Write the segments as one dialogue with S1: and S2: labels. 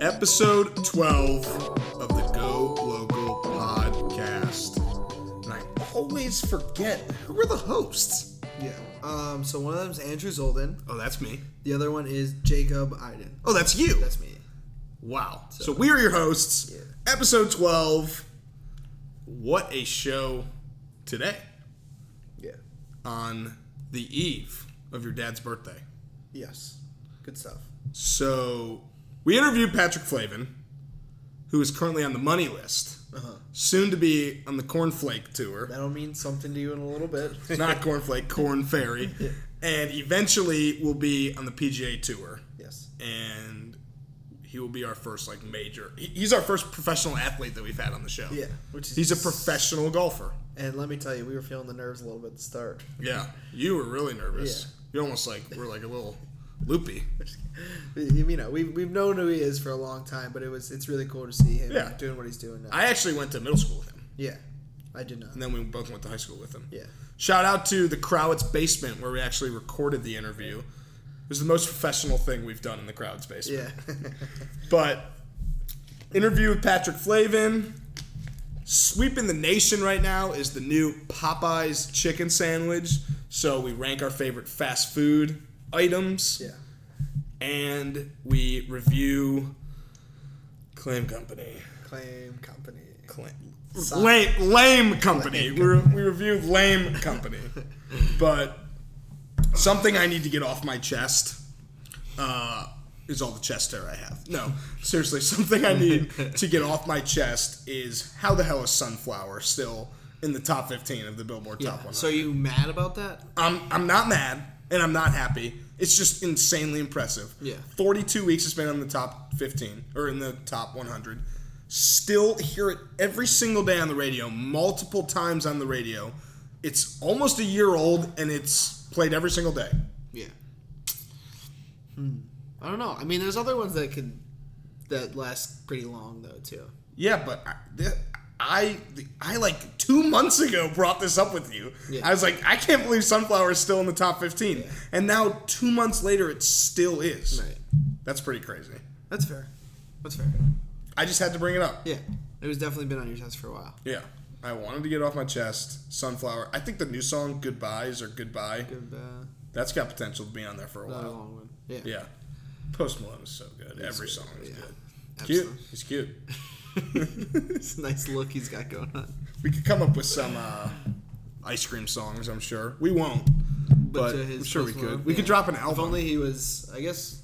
S1: Episode 12 of the Go Local podcast. And I always forget who were the hosts.
S2: Yeah. Um. So one of them's Andrew Zolden.
S1: Oh, that's me.
S2: The other one is Jacob Iden.
S1: Oh, that's you.
S2: That's me.
S1: Wow. So, we are your hosts.
S2: Yeah.
S1: Episode 12. What a show today
S2: Yeah.
S1: on the eve of your dad's birthday.
S2: Yes. Good stuff.
S1: So we interviewed Patrick Flavin, who is currently on the money list, soon to be on the cornflake tour.
S2: Uh-huh. That'll mean something to you in a little bit.
S1: Not cornflake, corn fairy. And eventually will be on the PGA tour.
S2: yes.
S1: And he will be our first like major. he- He's our first professional athlete that we've had on the show.
S2: Yeah. Which is
S1: He's a professional golfer.
S2: And let me tell you, we were feeling the nerves a little bit at the start.
S1: Yeah. You were really nervous.
S2: Yeah.
S1: You almost like were like a little loopy.
S2: You know, we've, we've known who he is for a long time, but it was it's really cool to see him
S1: Yeah.
S2: doing what he's doing now.
S1: I actually went to middle school with him.
S2: yeah. I did not.
S1: And then we both went to high school with him.
S2: Yeah.
S1: Shout out to the Crowd's basement where we actually recorded the interview. It was the most professional thing we've done in the Crowd's basement.
S2: Yeah.
S1: But interview with Patrick Flavin. Sweeping the nation right now is the new Popeyes chicken sandwich. So we rank our favorite fast food items
S2: yeah.
S1: and we review Claim Company.
S2: Claim company.
S1: Claim. Lame, lame company. We, re- we reviewed lame company, but something I need to get off my chest uh, is all the chest hair I have. No, seriously, something I need to get off my chest is how the hell is Sunflower still in the top fifteen of the Billboard Top 100?
S2: So you mad about that?
S1: I'm I'm not mad and I'm not happy. It's just insanely impressive.
S2: Yeah.
S1: 42 weeks it's been on the top 15 or in the top 100. Still hear it every single day on the radio, multiple times on the radio. It's almost a year old and it's played every single day.
S2: Yeah. Hmm. I don't know. I mean, there's other ones that can that last pretty long though too.
S1: Yeah, but I, the- I I like 2 months ago brought this up with you.
S2: Yeah.
S1: I was like, I can't believe Sunflower is still in the top 15.
S2: Yeah.
S1: And now 2 months later it still is. That's pretty crazy.
S2: That's fair. That's fair.
S1: I just had to bring it up.
S2: Yeah. It was definitely been on your test for a while.
S1: Yeah. I wanted to get off my chest. Sunflower. I think the new song Goodbyes or Goodbye.
S2: Good, uh,
S1: That's got potential to be on there for a
S2: not a
S1: while.
S2: long one. Yeah.
S1: Yeah. Post Malone is so good. Every song is
S2: yeah.
S1: good. Cute.
S2: Absolutely.
S1: He's cute.
S2: it's a nice look he's got going on.
S1: We could come up with some uh, ice cream songs, I'm sure. We won't. But,
S2: to
S1: I'm
S2: his
S1: sure we
S2: Post
S1: could.
S2: Malone,
S1: We could
S2: yeah.
S1: drop an
S2: If
S1: album.
S2: only he was, I guess.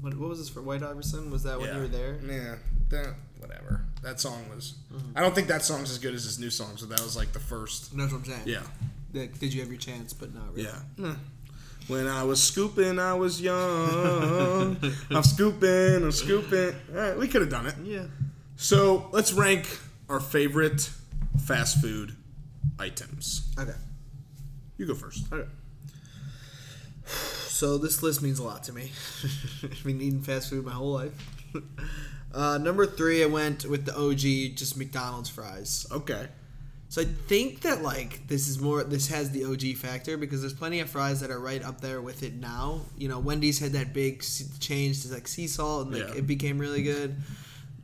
S2: What, what was this for? White Iverson? Was that when
S1: yeah. Mm-hmm.
S2: you were there? Mm-hmm.
S1: Yeah. That, whatever. That song was. I don't think that song's as good as his new song, so that was like the first.
S2: That's what I'm saying.
S1: Yeah.
S2: Like, did you have your chance, but not really.
S1: Yeah. When I was scooping, I was young. I'm scooping, I'm scooping. All right, we could have done it.
S2: Yeah.
S1: So let's rank our favorite fast food items.
S2: Okay.
S1: You go first.
S2: Okay. So this list means a lot to me. I've been eating fast food my whole life. Uh, number three, I went with the OG, just McDonald's fries.
S1: Okay.
S2: So I think that like this is more this has the OG factor because there's plenty of fries that are right up there with it now. You know, Wendy's had that big s- change to like sea salt and like
S1: Yeah.
S2: it became really good.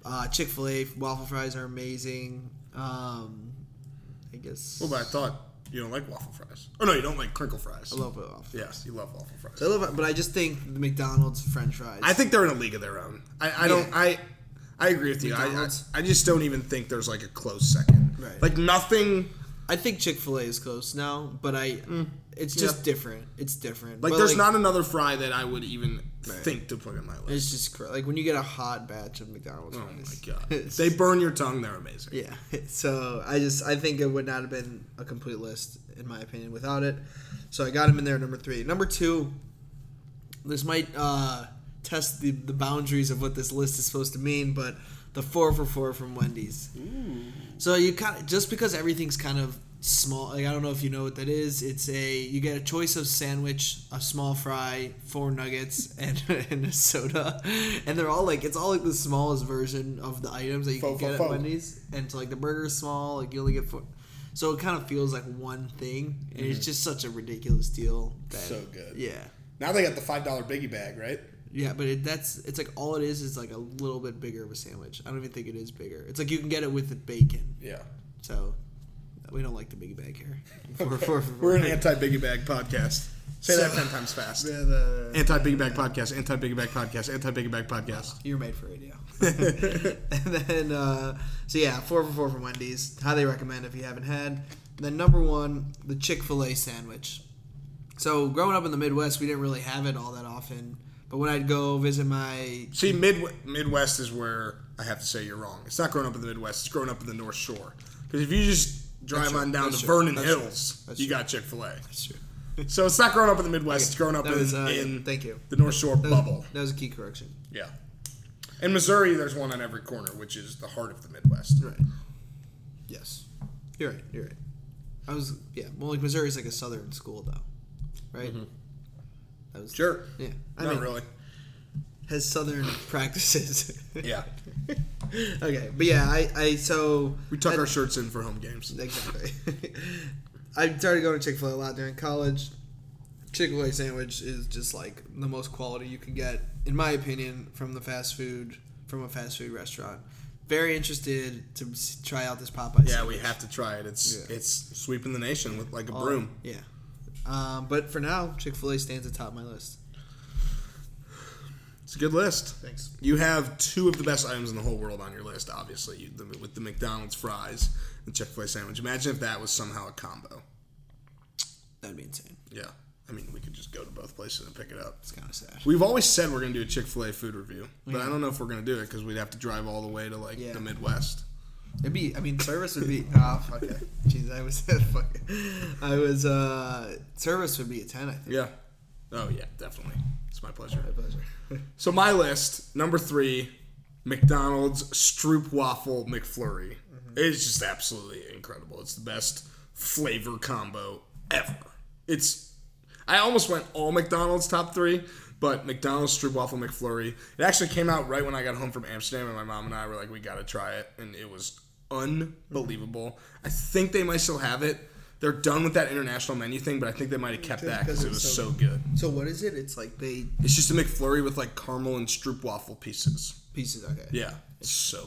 S2: Uh, Chick Fil A waffle fries are amazing. Um, I guess
S1: Well, but I thought you don't like waffle fries. Oh no, you don't like crinkle fries.
S2: I love waffle. fries.
S1: Yes, you love waffle fries.
S2: I love, but I just think the McDonald's French fries.
S1: I think they're in a league of their own. I, I don't.
S2: Yeah.
S1: I I agree with you. I, I
S2: McDonald's.
S1: I just don't even think there's like a close second.
S2: Right.
S1: Like nothing.
S2: I think Chick Fil A is close now, but I it's just
S1: Mm. Yeah.
S2: different. It's different.
S1: Like
S2: But,
S1: there's not another fry that I would even think to put in my list.
S2: It's just cr- like when you get a hot batch of McDonald's.
S1: Oh my
S2: fries,
S1: god!
S2: it's-
S1: they burn your tongue. They're amazing.
S2: Yeah. So I just I think it would not have been a complete list in my opinion without it. So I got him in there number three. Number two, this might uh, test the the boundaries of what this list is supposed to mean, but the four for four from Wendy's. So you kind of just because everything's kind of small. Like I don't know if you know what that is. It's a you get a choice of sandwich, a small fry, four nuggets, and, and a soda, and they're all like it's all like the smallest version of the items that you
S1: Fo-
S2: can
S1: fo-
S2: get at
S1: fo.
S2: Wendy's. And so like the burger's small, like you only get four. Mm-hmm. So it kind of feels like one thing, and it's just such a ridiculous deal. That,
S1: So good.
S2: Yeah.
S1: Now they got the five dollar biggie bag, right?
S2: Yeah, but it, that's it's like all it is is like a little bit bigger of a sandwich. I don't even think it is bigger. It's like you can get it with the bacon.
S1: Yeah.
S2: So we don't like the biggie bag here. For-
S1: Okay.
S2: for- for-
S1: We're an anti biggie bag podcast. Say that ten times fast.
S2: Yeah, the-
S1: Anti biggie bag podcast. Anti biggie bag podcast. Anti biggie bag podcast.
S2: You're made for radio. and then, uh, so yeah, four for four from Wendy's. Highly recommend if you haven't had. And then number one, the Chick Fil A sandwich. So growing up in the Midwest, we didn't really have it all that often. But when I'd go visit my
S1: See, mid Midwest is where I have to say you're wrong. It's not growing up in the Midwest. It's growing up in the North Shore. Because if you just drive
S2: That's true.
S1: on down
S2: That's
S1: to
S2: true.
S1: Vernon
S2: That's true.
S1: Hills,
S2: That's
S1: you
S2: true.
S1: got Chick Fil A. So it's not growing up in the Midwest. It's growing up
S2: That
S1: in,
S2: was, uh,
S1: in
S2: thank you.
S1: the North Shore
S2: That was-
S1: bubble.
S2: That was a key correction.
S1: Yeah. In Missouri, there's one on every corner, which is the heart of the Midwest.
S2: Right. Yes. You're right. You're right. I was yeah. Well, like Missouri's like a southern school though, right? That was
S1: Mm-hmm. Sure.
S2: Yeah. I
S1: Not
S2: mean,
S1: really.
S2: has southern practices.
S1: Yeah.
S2: okay, but yeah, I, I so
S1: We tuck
S2: I-
S1: our shirts in for home games.
S2: exactly. I started going to Chick Fil A a lot during college. Chick Fil A sandwich is just like the most quality you can get, in my opinion, from the fast food from a fast food restaurant. Very interested to s- try out this Popeye.
S1: Yeah,
S2: sandwich.
S1: we have to try it. It's
S2: Yeah.
S1: it's sweeping the nation with like a
S2: All-
S1: broom.
S2: Yeah. Um, but for now, Chick Fil A stands atop my list.
S1: It's a good list.
S2: Thanks.
S1: You have two of the best items in the whole world on your list, obviously, you, the, with the McDonald's fries and Chick Fil A sandwich. Imagine if that was somehow a combo.
S2: That'd be insane.
S1: Yeah, I mean, we could just go to both places and pick it up.
S2: It's kind of sad.
S1: We've always said we're gonna do a Chick Fil A food review, but I don't know if we're gonna do it because we'd have to drive all the way to like
S2: Yeah.
S1: the Midwest.
S2: It'd be. I mean, service would be. Oh, fuck it. Jeez, I was. Fuck. I was. Uh, service would be a ten. I think.
S1: Yeah. Oh yeah, definitely. It's my pleasure.
S2: My pleasure.
S1: So my list number three, McDonald's Stroop Waffle McFlurry. It's just absolutely incredible. It's the best flavor combo ever. It's I almost went all McDonald's top three, but McDonald's Stroop Waffle McFlurry. It actually came out right when I got home from Amsterdam, and my mom and I were like, "We gotta try it," and it was unbelievable. I think they might still have it. They're done with that international menu thing, but I think they might have kept that because it was so good.
S2: So what is it? It's like they
S1: It's just a McFlurry with like caramel and stroop waffle pieces.
S2: pieces. Okay.
S1: Yeah. It's so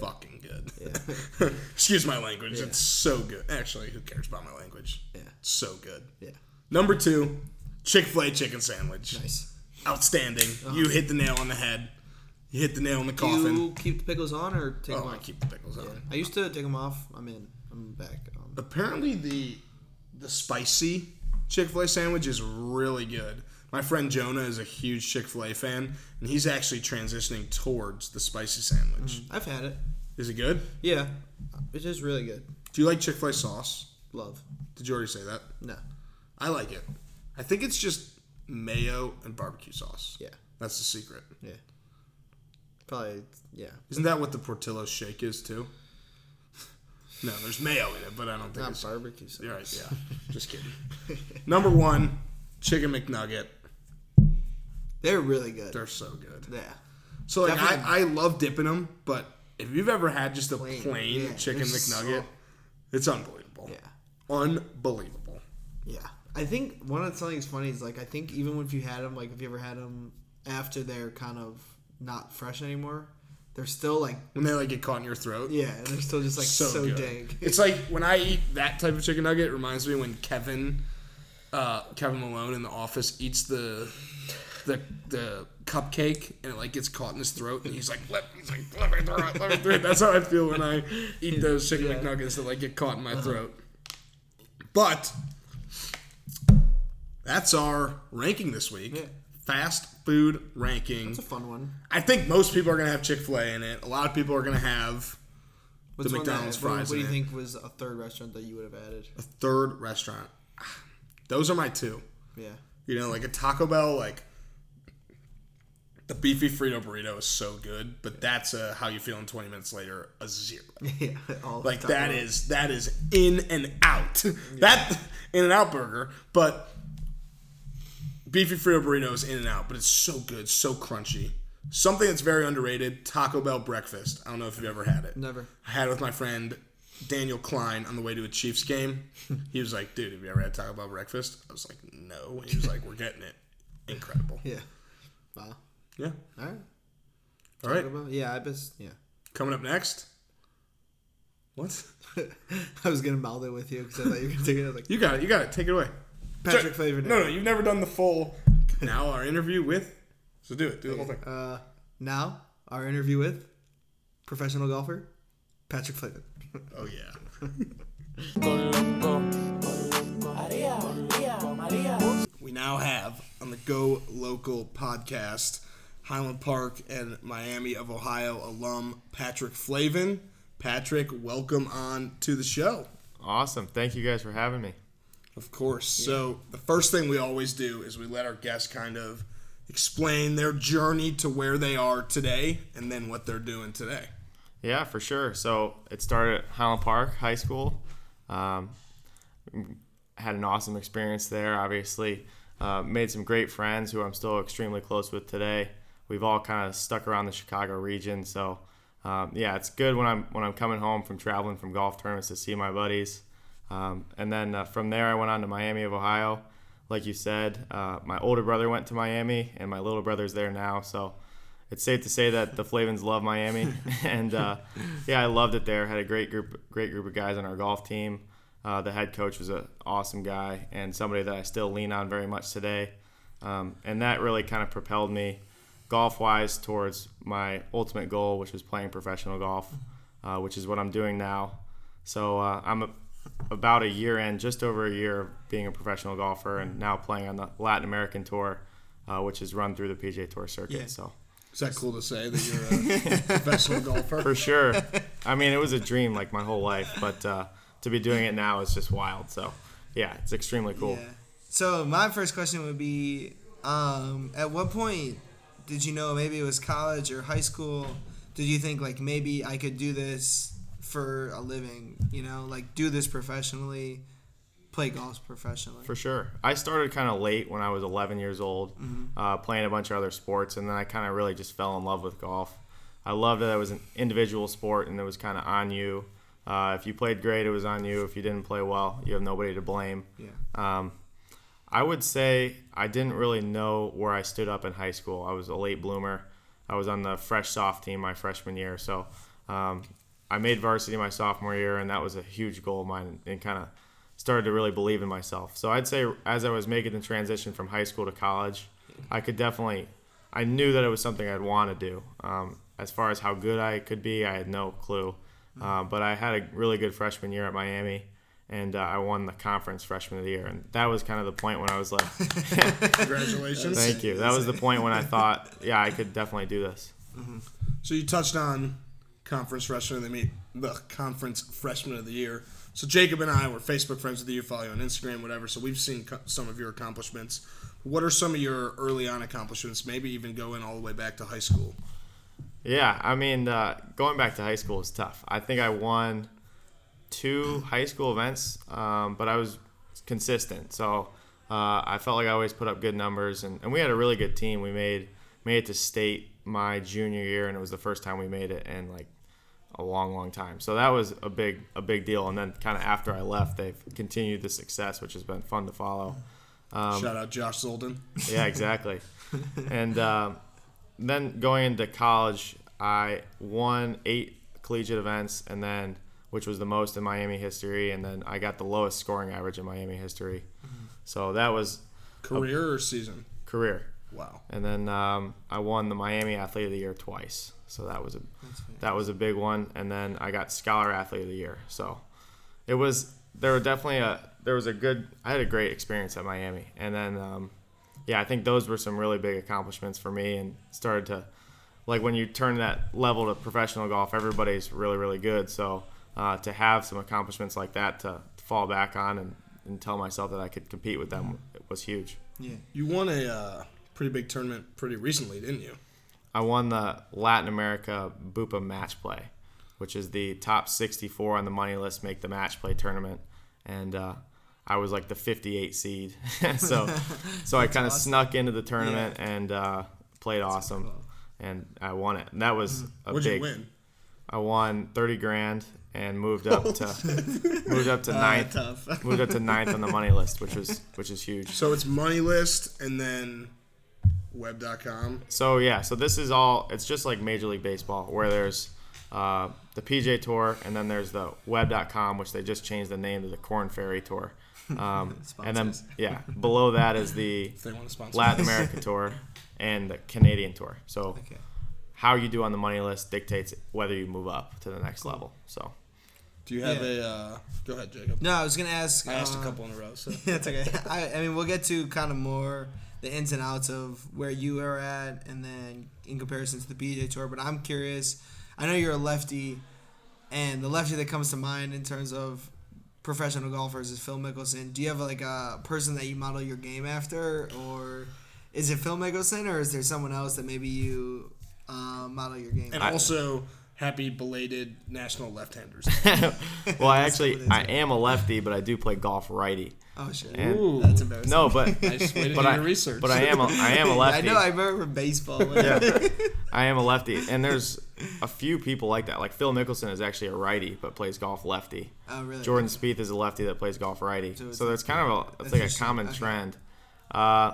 S1: fucking good. Excuse my language. It's so good. Actually, who cares about my language?
S2: Yeah.
S1: It's so good.
S2: Yeah.
S1: Number two, Chick fil A chicken sandwich.
S2: Nice. Uh-huh.
S1: Outstanding. You hit the nail on the head. You hit the nail in the coffin.
S2: You keep the pickles on or take
S1: oh,
S2: them
S1: I
S2: off?
S1: keep the pickles on.
S2: I used to take them off. I'm in. I'm back. Um, on
S1: Apparently, the the spicy Chick fil A sandwich is really good. My friend Jonah is a huge Chick fil A fan, and he's actually transitioning towards the spicy sandwich.
S2: I've had it.
S1: Is it good?
S2: Yeah. It is really good.
S1: Do you like Chick fil A sauce?
S2: Love.
S1: Did you already say that?
S2: No.
S1: I like it. I think it's just mayo and barbecue sauce.
S2: Yeah.
S1: That's the secret.
S2: Yeah. Probably. Yeah.
S1: Isn't that what the Portillo shake is too? No, there's mayo in it, but I don't think
S2: Not
S1: it's.
S2: barbecue sauce.
S1: You're right, yeah. Just kidding. Number one, chicken McNugget.
S2: They're really good.
S1: They're so good.
S2: yeah.
S1: So like,
S2: Definitely.
S1: I, I love dipping them, but if you've ever had just a plain,
S2: Plain, yeah,
S1: chicken
S2: they're
S1: McNugget,
S2: so-
S1: it's unbelievable.
S2: Yeah.
S1: Unbelievable.
S2: Yeah. I think one of the things funny is like I think even if you had them, like if you ever had them after they're kind of not fresh anymore, they're still like
S1: When they like get caught in your throat.
S2: yeah, and they're still just like so, dank.
S1: It's like when I eat that type of chicken nugget. It reminds me when Kevin, uh, Kevin Malone in the office eats the, the the cupcake and it like gets caught in his throat and he's like, let, he's like, let me throw it, let me throw it. That's how I feel when I eat those chicken
S2: Yeah. Uh-huh.
S1: McNuggets that like get caught in my throat. But that's our ranking this week.
S2: Yeah.
S1: Fast food ranking.
S2: It's a fun one.
S1: I think most people are gonna have Chick Fil A in it. A lot of people are gonna have
S2: What's
S1: The
S2: one that-
S1: McDonald's
S2: what-
S1: fries
S2: What do you
S1: in it.
S2: think was a third restaurant that you would have added?
S1: a third restaurant. Ah, Those are my two.
S2: Yeah.
S1: You know, like a Taco Bell, like the beefy Frito burrito is so good, but that's a how you feeling 20 minutes later, a zero.
S2: yeah. All
S1: Like
S2: the
S1: that
S2: time.
S1: is that is in and out. That in and out burger, but beefy Frito burrito is in and out, but it's so good, so crunchy. Something that's very underrated, Taco Bell breakfast. I don't know if you've ever had it.
S2: Never.
S1: I had it with my friend Daniel Klein on the way to a Chiefs game. He was like, dude, have you ever had Taco Bell breakfast? I was like, no. He was like, we're getting it. incredible.
S2: Yeah. Wow.
S1: Yeah.
S2: All right.
S1: All right.
S2: About, yeah, I bet. Yeah.
S1: Coming up next. What?
S2: I was gonna mouth it with you because I thought you were gonna take it. I was like
S1: You got it. You got it. Take it away.
S2: Patrick Flavor.
S1: No, no, you've never done the full. Now our interview with. So do it. Do the whole thing.
S2: Uh, now our interview with professional golfer Patrick Flavin.
S1: Oh yeah. We now have on the Go Local podcast Highland Park and Miami of Ohio alum Patrick Flavin. Patrick, welcome on to the show.
S3: Awesome. Thank you guys for having me.
S1: Of course. So, the first thing we always do is we let our guests kind of explain their journey to where they are today and then what they're doing today.
S3: Yeah, for sure. So it started at Highland Park High School. Um, had an awesome experience there, obviously. Uh, made some great friends who I'm still extremely close with today. We've all kind of stuck around the Chicago region, so um, yeah, it's good when I'm when I'm coming home from traveling from golf tournaments to see my buddies. Um, and then uh, from there, I went on to Miami of Ohio. Like you said, uh, my older brother went to Miami, and my little brother's there now. So it's safe to say that the Flavins love Miami, and uh, yeah, I loved it there. Had a great group, great group of guys on our golf team. Uh, the head coach was an awesome guy and somebody that I still lean on very much today. Um, and that really kind of propelled me golf wise towards my ultimate goal, which was playing professional golf, uh, which is what I'm doing now. So uh, I'm a, about a year in, just over a year of being a professional golfer and now playing on the Latin American Tour, uh, which is run through the PGA Tour circuit.
S2: Yeah.
S3: So.
S1: Is that cool to say that you're a professional golfer?
S3: for sure. I mean, it was a dream like my whole life, but uh, to be doing it now is just wild. So, yeah, it's extremely cool.
S2: Yeah. So my first question would be, um, at what point did you know maybe it was college or high school? Did you think like maybe I could do this for a living? You know, like do this professionally, play golf professionally.
S3: For sure. I started kind of late when I was 11 years old, uh, playing a bunch of other sports, and then I kind of really just fell in love with golf. I loved that it was an individual sport and it was kind of on you. Uh, if you played great, it was on you. If you didn't play well, you have nobody to blame.
S2: yeah.
S3: Um, I would say I didn't really know where I stood up in high school. I was a late bloomer. I was on the fresh soft team my freshman year, so um, I made varsity my sophomore year, and that was a huge goal of mine, and kind of started to really believe in myself. So I'd say as I was making the transition from high school to college, I could definitely, I knew that it was something I'd want to do. Um, as far as how good I could be, I had no clue. Uh, but I had a really good freshman year at Miami, and uh, I won the conference freshman of the year, and that was kind of the point when I was like,
S1: Congratulations.
S3: Thank you. That was the point when I thought, yeah, I could definitely do this.
S1: So you touched on conference freshman of the meet the conference freshman of the year. So Jacob and I were Facebook friends with you, follow you on Instagram, whatever. So we've seen co- some of your accomplishments. What are some of your early on accomplishments? Maybe even going all the way back to high school.
S3: Yeah, I mean, uh, going back to high school is tough. I think I won two high school events, um, but I was consistent. So uh, I felt like I always put up good numbers, and, and we had a really good team. We made made it to state my junior year, and it was the first time we made it in like a long, long time. So that was a big a big deal. And then kind of after I left, they've continued the success, which has been fun to follow. Um,
S1: Shout out Josh Zolden.
S3: yeah, exactly. and um, then going into college, I won eight collegiate events, and then which was the most in Miami history, and then I got the lowest scoring average in Miami history. So that was
S1: Career or season?
S3: career.
S1: Wow.
S3: And then um, I won the Miami Athlete of the Year twice, so that was a that was a big one. And then I got Scholar Athlete of the Year, so it was there were definitely a there was a good I had a great experience at Miami, and then um, yeah, I think those were some really big accomplishments for me, and started to like when you turn that level to professional golf, everybody's really really good. So uh, to have some accomplishments like that to, to fall back on and, and tell myself that I could compete with them was huge.
S2: Yeah.
S1: You won a uh, pretty big tournament pretty recently, didn't you?
S3: I won the Latin America Bupa Match Play, which is the top 64 on the money list make the match play tournament, and uh, I was like the 58 seed, so so I kind of snuck into the tournament and uh, played awesome, and I won it. And that was a
S1: What'd
S3: big.
S1: Mm. you win?
S3: I won 30 grand and moved up to moved up to
S1: Ah,
S3: ninth,
S2: tough.
S3: moved up to ninth on the money list, which was which is huge.
S1: So it's money list and then Web.com.
S3: So yeah, so this is all. It's just like Major League Baseball, where there's uh, the PJ Tour, and then there's the Web.com, which they just changed the name to the Corn Ferry Tour. Um, and then
S2: Sponsors.
S3: yeah, below that is the
S1: If they want to sponsor
S3: Latin America Tour and the Canadian Tour. So
S2: Okay.
S3: how you do on the money list dictates whether you move up to the next level. So
S1: Do you have
S2: Yeah.
S1: a. Uh, go ahead, Jacob.
S2: No, I was gonna ask.
S1: I asked a
S2: uh,
S1: couple in a row. So.
S2: That's okay. I, I mean, we'll get to kind of more the ins and outs of where you are at, and then in comparison to the BJ Tour. But I'm curious. I know you're a lefty, and the lefty that comes to mind in terms of professional golfers is Phil Mickelson. Do you have like a person that you model your game after, or is it Phil Mickelson, or is there someone else that maybe you uh, model your game?
S1: And
S2: after?
S1: also, happy belated National Left Handers.
S3: well, I actually
S2: what it
S3: I am a lefty, but I do play golf righty.
S2: oh shit,
S3: And-
S1: Ooh.
S2: that's embarrassing.
S3: No, but
S1: Nice way to
S3: but
S1: do
S3: I
S1: your research.
S3: but I am a, I am a
S2: I
S3: lefty.
S2: know. I remember baseball.
S3: Yeah. I am a lefty, and there's a few people like that. Like Phil Mickelson is actually a righty, but plays golf lefty.
S2: Oh really?
S3: Jordan Spieth is a lefty that plays golf righty. So,
S2: it's-
S3: there's kind of a it's like a
S2: Interesting.
S3: common
S2: Okay.
S3: trend. Uh,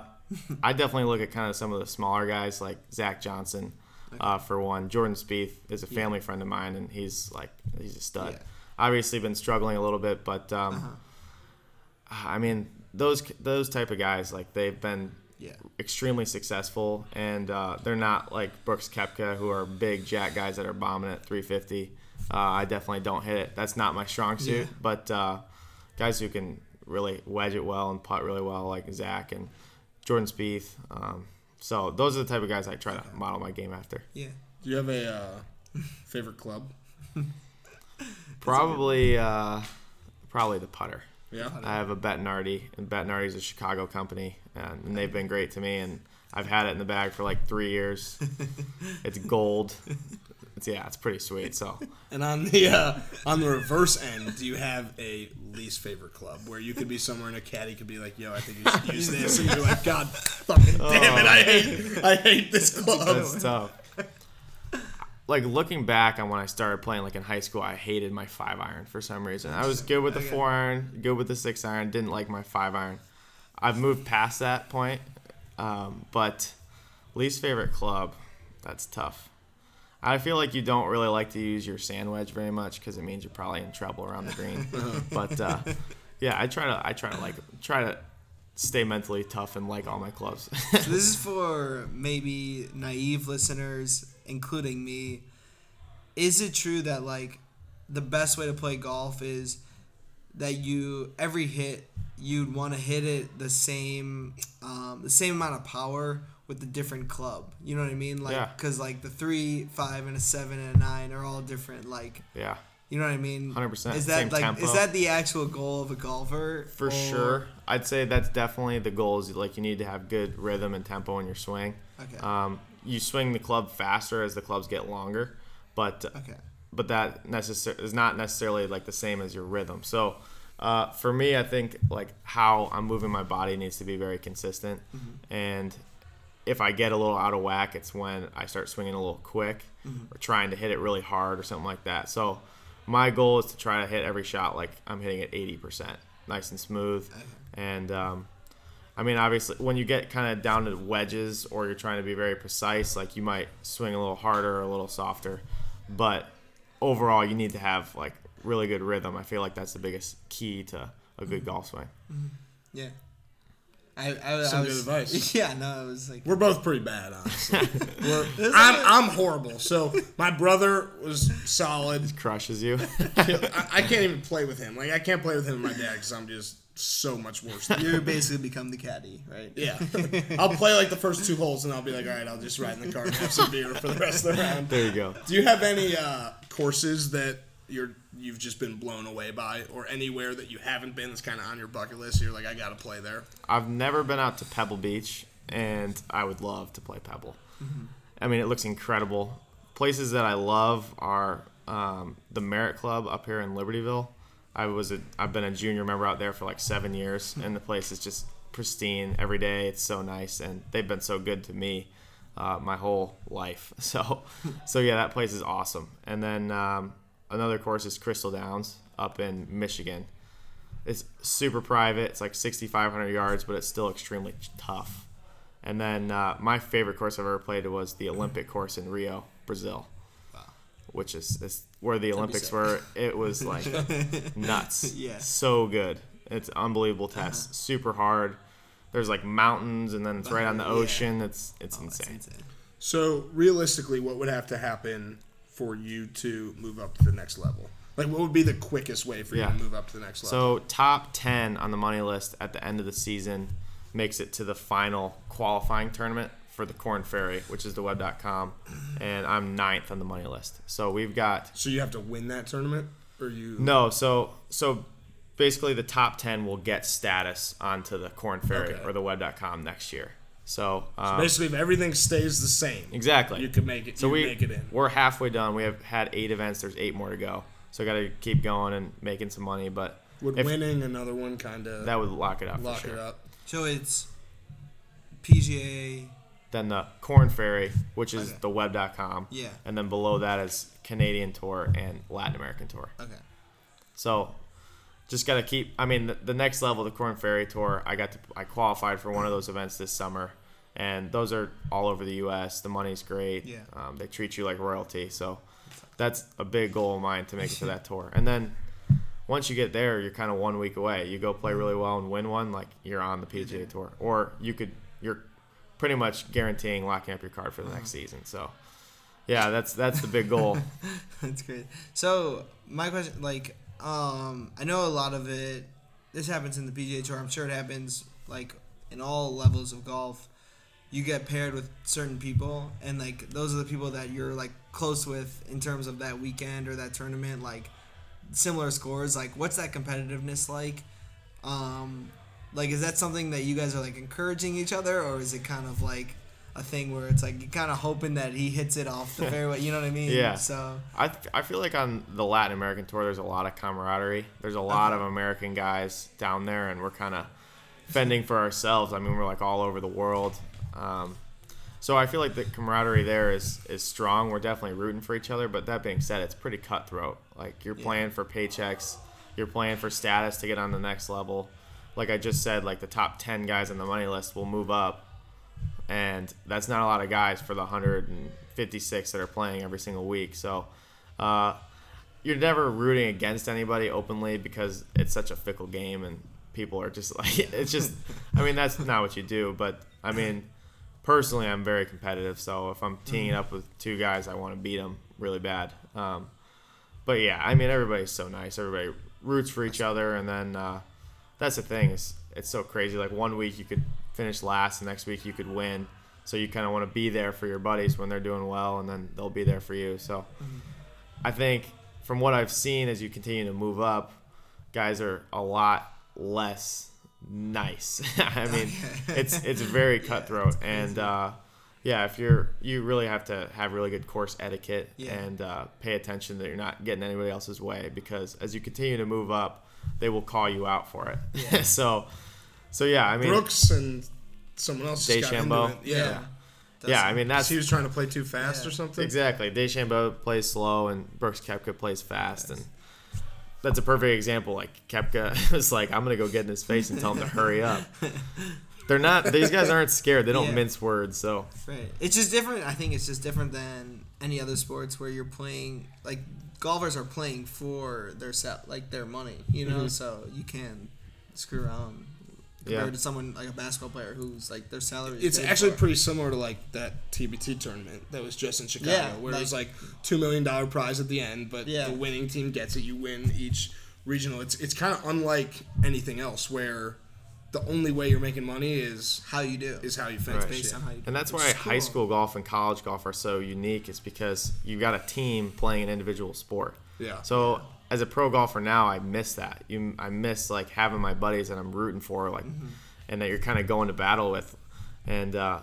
S3: I definitely look at kind of some of the smaller guys like Zach Johnson, uh, for one. Jordan Spieth is a family friend of mine, and he's like he's a stud.
S2: Yeah. Uh-huh.
S3: Obviously, been struggling a little bit, but um, I mean those those type of guys like they've been
S2: Yeah.
S3: extremely successful, and uh, they're not like Brooks Kepka, who are big jack guys that are bombing at 350. Uh, I definitely don't hit it. That's not my strong suit,
S2: Yeah.
S3: but uh, guys who can really wedge it well and putt really well, like Zach and Jordan Spieth. Um, so those are the type of guys I try to model my game after.
S2: Yeah.
S1: Do you have a uh, favorite club?
S3: Probably, uh, probably the putter.
S1: Yeah.
S3: I have a Bettinardi, and Bettinardi's a Chicago company, and, and they've been great to me. And I've had it in the bag for like three years. it's gold. It's yeah, it's pretty sweet. So
S1: And on the uh, on the reverse end, do you have a least favorite club where you could be somewhere and a caddy could be like, "Yo, I think you should use this," and you're like, "God, fucking damn it, I hate, I hate this club."
S3: that's tough. Like looking back on when I started playing, like in high school, I hated my five iron for some reason. I was good with the
S2: Okay.
S3: four iron, good with the six iron, didn't like my five iron. I've moved past that point, um, but least favorite club, that's tough. I feel like you don't really like to use your sand wedge very much because it means you're probably in trouble around the green. but uh, yeah, I try to I try to like try to stay mentally tough and like all my clubs.
S2: This is for maybe naive listeners, including me. Is it true that like the best way to play golf is that you every hit you'd want to hit it the same um, the same amount of power with the different club. You know what I mean? Like
S3: Yeah.
S2: because like the three, five, and a seven and a nine are all different. Like
S3: yeah.
S2: you know what I mean?
S3: 100%,
S2: Is that
S3: same
S2: like
S3: tempo.
S2: is that the actual goal of a golfer?
S3: For
S2: or-
S3: sure, I'd say that's definitely the goal. Is like you need to have good rhythm and tempo in your swing.
S2: Okay.
S3: Um, you swing the club faster as the clubs get longer, but
S2: okay.
S3: but that necessar- is not necessarily like the same as your rhythm. So uh, for me, I think like how I'm moving my body needs to be very consistent, and if I get a little out of whack, it's when I start swinging a little quick or trying to hit it really hard or something like that. So my goal is to try to hit every shot like I'm hitting it 80%, nice and smooth, and um, I mean, obviously, when you get kind of down to wedges or you're trying to be very precise, like you might swing a little harder or a little softer. But overall, you need to have like really good rhythm. I feel like that's the biggest key to a good golf swing.
S2: Yeah. I, I,
S1: Some
S2: I
S1: good
S2: was,
S1: advice.
S2: Yeah, no, I was like,
S1: We're both pretty bad, honestly. We're, I'm, I'm horrible. So my brother was solid.
S3: Crushes you.
S1: I, I can't even play with him. Like I can't play with him and my dad because I'm just so much worse. Than
S2: you basically become the caddy, right?
S1: Yeah, I'll play like the first two holes and I'll be like, all right, I'll just ride in the car and have some beer for the rest of the round.
S3: there you go.
S1: Do you have any uh, courses that you're you've just been blown away by, or anywhere that you haven't been that's kind of on your bucket list? You're like, I gotta play there.
S3: I've never been out to Pebble Beach, and I would love to play Pebble. I mean, it looks incredible. Places that I love are um, the Merritt Club up here in Libertyville. I was a, I've been a junior member out there for like seven years, and the place is just pristine every day. It's so nice, and they've been so good to me uh, my whole life. So, so yeah, that place is awesome. And then um, another course is Crystal Downs up in Michigan. It's super private. It's like 6,500 yards, but it's still extremely tough. And then uh, my favorite course I've ever played was the Olympic course in Rio, Brazil, which is, is where the Olympics
S2: sick.
S3: were. It was like nuts.
S2: Yeah. Uh-huh.
S3: So good. It's an unbelievable test. Super hard. There's like mountains, and then it's right on the
S2: Yeah. Oh,
S3: ocean. It's it's
S2: That's
S3: insane.
S2: insane.
S1: So realistically, what would have to happen for you to move up to the next level? Like, what would be the quickest way for you
S3: Yeah.
S1: to move up to the next level?
S3: So top ten on the money list at the end of the season makes it to the final qualifying tournament for the Corn Ferry, which is the web.com, and I'm ninth on the money list. So we've got
S1: So, you have to win that tournament, or you?
S3: No, so so basically the top ten will get status onto the Corn Ferry
S1: Okay.
S3: or the web.com next year. So, um,
S1: Basically, if everything stays the same,
S3: exactly.
S1: you can make it.
S3: so
S1: you
S3: we
S1: make it in.
S3: we're halfway done. We have had eight events. There's eight more to go. So got to keep going and making some money, but
S1: Would
S3: if-
S1: winning another one kind of
S3: that would lock it up
S1: lock
S3: for sure.
S1: it up?
S2: So it's PGA.
S3: Then the Corn Ferry, which is
S2: Okay.
S3: the web.com.
S2: Yeah.
S3: And then below that is Canadian Tour and Latin American Tour.
S2: Okay.
S3: So just got to keep. I mean, the, the next level, the Corn Ferry Tour, I got to, I qualified for one of those events this summer, and those are all over the U.S. The money's great.
S2: Yeah.
S3: Um, they treat you like royalty, so that's a big goal of mine to make it to that tour. And then once you get there, you're kind of one week away. You go play really well and win one, like you're on the PGA Tour, or you could you're pretty much guaranteeing locking up your card for the next season. So. Yeah, that's that's the big goal.
S2: That's great. So my question, like, um, I know a lot of it. This happens in the PGA Tour. I'm sure it happens like in all levels of golf. You get paired with certain people, and like those are the people that you're like close with in terms of that weekend or that tournament. Like similar scores. Like, what's that competitiveness like? Um, like, is that something that you guys are like encouraging each other, or is it kind of like a thing where it's like you're kind of hoping that he hits it off the fairway? You know what I mean?
S3: Yeah.
S2: So
S3: I, I feel like on the Latin American tour, there's a lot of camaraderie. There's a
S2: Uh-huh.
S3: lot of American guys down there, and we're kind of fending for ourselves. I mean, we're like all over the world. Um, so I feel like the camaraderie there is is strong. We're definitely rooting for each other. But that being said, it's pretty cutthroat. Like you're playing for paychecks, you're playing for status to get on the next level. Like I just said, like the top ten guys on the money list will move up, and that's not a lot of guys for the 156 that are playing every single week. So uh, you're never rooting against anybody openly because it's such a fickle game and people are just like it's just I mean that's not what you do, but I mean personally I'm very competitive, so if I'm teeing it up with two guys, I want to beat them really bad. Um, but yeah, I mean everybody's so nice. Everybody roots for each other, and then uh, that's the thing is it's so crazy. Like one week you could finish last, the next week you could win. So you kind of want to be there for your buddies when they're doing well, and then they'll be there for you. So I think from what I've seen as you continue to move up, guys are a lot less nice. I mean, it's it's very cutthroat, and uh, yeah, if you're you really have to have really good course etiquette
S2: Yeah.
S3: and uh, pay attention that you're not getting anybody else's way because as you continue to move up, they will call you out for it. so, so yeah, I mean,
S1: Brooks and someone else just got into
S3: Deschambeau.
S1: it. Yeah,
S2: Yeah.
S3: yeah, I mean that's
S1: he was trying to play too fast
S2: Yeah.
S1: or something.
S3: Exactly. Deschambeau plays slow and Brooks Kepka plays fast and that's a perfect example. Like Kepka was like, I'm gonna go get in his face and tell him to hurry up. They're not these guys aren't scared. They don't
S2: Yeah.
S3: mince words, so
S2: Right. It's just different. I think it's just different than any other sports where you're playing like golfers are playing for their set like their money, you
S3: Mm-hmm.
S2: know, so you can screw around compared
S3: Yeah.
S2: to someone like a basketball player who's like their salary. is
S1: It's
S2: paid
S1: actually
S2: for.
S1: pretty similar to like that TBT tournament that was just in Chicago,
S2: Yeah,
S1: where it was like two million dollar prize at the end, but
S2: Yeah.
S1: the winning team gets it. You win each regional. It's it's kind of unlike anything else, where the only way you're making money is
S2: how you do.
S1: is how you finish.
S2: based
S1: Yeah.
S2: on how you do.
S3: and that's
S2: which
S3: why
S2: is
S3: high
S2: cool.
S3: school golf and college golf are so unique is because you've got a team playing an individual sport.
S1: Yeah.
S3: So as a pro golfer now, I miss that. You, I miss like having my buddies that I'm rooting for, like, and that you're kind of going to battle with, and uh,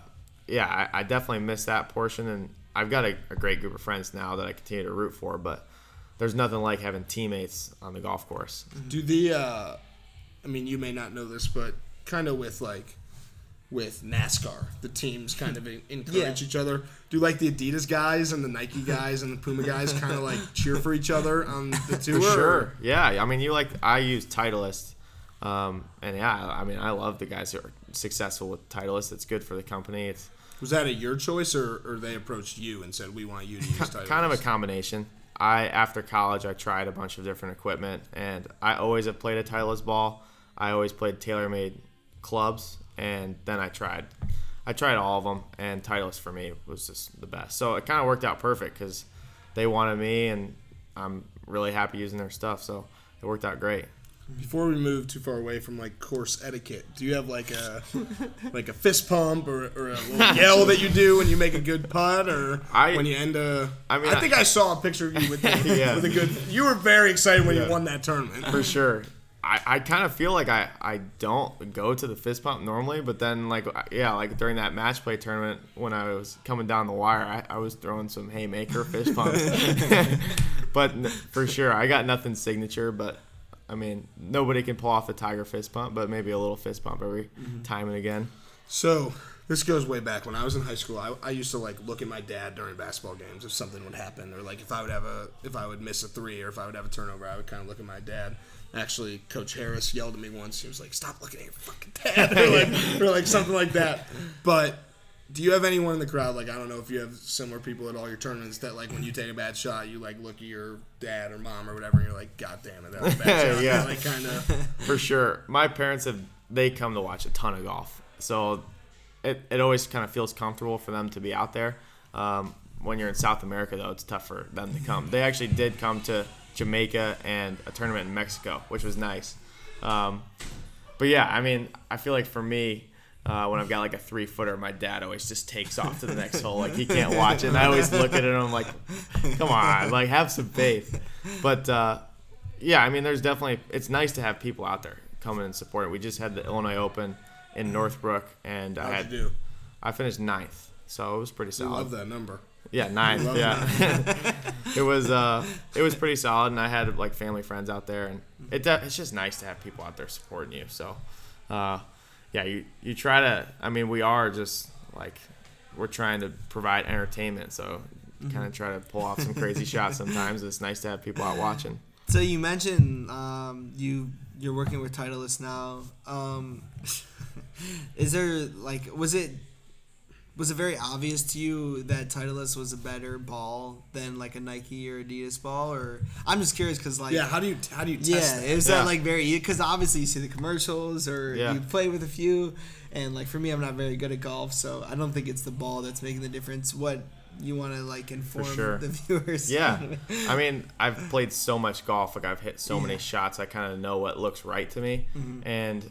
S3: yeah, I, I definitely miss that portion. And I've got a, a great group of friends now that I continue to root for, but there's nothing like having teammates on the golf course.
S1: Do the, uh, I mean, you may not know this, but kind of with like, with NASCAR, the teams kind of en- encourage
S2: Yeah.
S1: each other. Do like the Adidas guys and the Nike guys and the Puma guys kind of like cheer for each other on the tour?
S3: For sure. Yeah. I mean, you like I use Titleist Um, and yeah, I I mean, I love the guys who are successful with Titleist. It's good for the company. It's
S1: Was that a your choice, or, or they approached you and said, "We want you to use Titleist"?
S3: kind of a combination. I after college I tried a bunch of different equipment and I always have played a Titleist ball. I always played TaylorMade clubs and then I tried I tried all of them and Titleist for me was just the best. So it kind of worked out perfect cuz they wanted me and I'm really happy using their stuff. So it worked out great.
S1: Before we move too far away from like course etiquette, do you have like a like a fist pump or, or a little yell that you do when you make a good putt, or
S3: I-
S1: when you end a? I
S3: I mean,
S1: think I saw a picture of you with, the,
S3: Yeah.
S1: with a good. You were very excited when
S3: Yeah.
S1: you won that tournament.
S3: for sure. I, I kind of feel like I, I don't go to the fist pump normally, but then like I- yeah, like during that match play tournament when I was coming down the wire, I, I was throwing some haymaker fist pumps. but n- for sure, I got nothing signature, but I mean nobody can pull off the tiger fist pump, but maybe a little fist pump every time and again.
S1: So this goes way back when I was in high school. I, I used to like look at my dad during basketball games if something would happen, or like if I would have a if I would miss a three, or if I would have a turnover, I would kind of look at my dad. Actually, Coach Harris yelled at me once. He was like, "Stop looking at your fucking dad," or like, or like something like that. But do you have anyone in the crowd? Like, I don't know if you have similar people at all your tournaments that like when you take a bad shot, you like look at your dad or mom or whatever, and you're like, "God damn it, that was a bad shot."
S3: Yeah.
S1: like kind of.
S3: for sure. My parents have they come to watch a ton of golf, so it, it always kind of feels comfortable for them to be out there. Um, when you're in South America, though, it's tough for them to come. They actually did come to Jamaica and a tournament in Mexico, which was nice. Um, but yeah, I mean, I feel like for me, uh, when I've got like a three footer, my dad always just takes off to the next hole. Like he can't watch it. And I always look at it and I'm like, come on, like have some faith. But uh, yeah, I mean, there's definitely, it's nice to have people out there coming and supporting. We just had the Illinois Open in Northbrook and I
S1: How'd
S3: had,
S1: you do?
S3: I finished ninth. So it was pretty solid.
S1: Love that number.
S3: Yeah, ninth.
S1: Love
S3: Yeah, it was uh, it was pretty solid, and I had like family friends out there, and it de- it's just nice to have people out there supporting you. So, uh, yeah, you you try to. I mean, we are just like we're trying to provide entertainment, so kind of try to pull off some crazy shots sometimes. It's nice to have people out watching.
S2: So you mentioned um, you you're working with Titleist now. Um, is there like was it was it very obvious to you that Titleist was a better ball than like a Nike or Adidas ball? Or I'm just curious because like
S1: Yeah, how do you how do you test
S2: yeah,
S1: that?
S2: is
S3: Yeah.
S2: that like very because obviously you see the commercials or
S3: Yeah.
S2: you play with a few, and like for me, I'm not very good at golf, so I don't think it's the ball that's making the difference. What you want to like inform
S3: sure.
S2: the viewers?
S3: Yeah. I mean, I've played so much golf. Like, I've hit so many
S2: Yeah.
S3: shots. I kind of know what looks right to me. And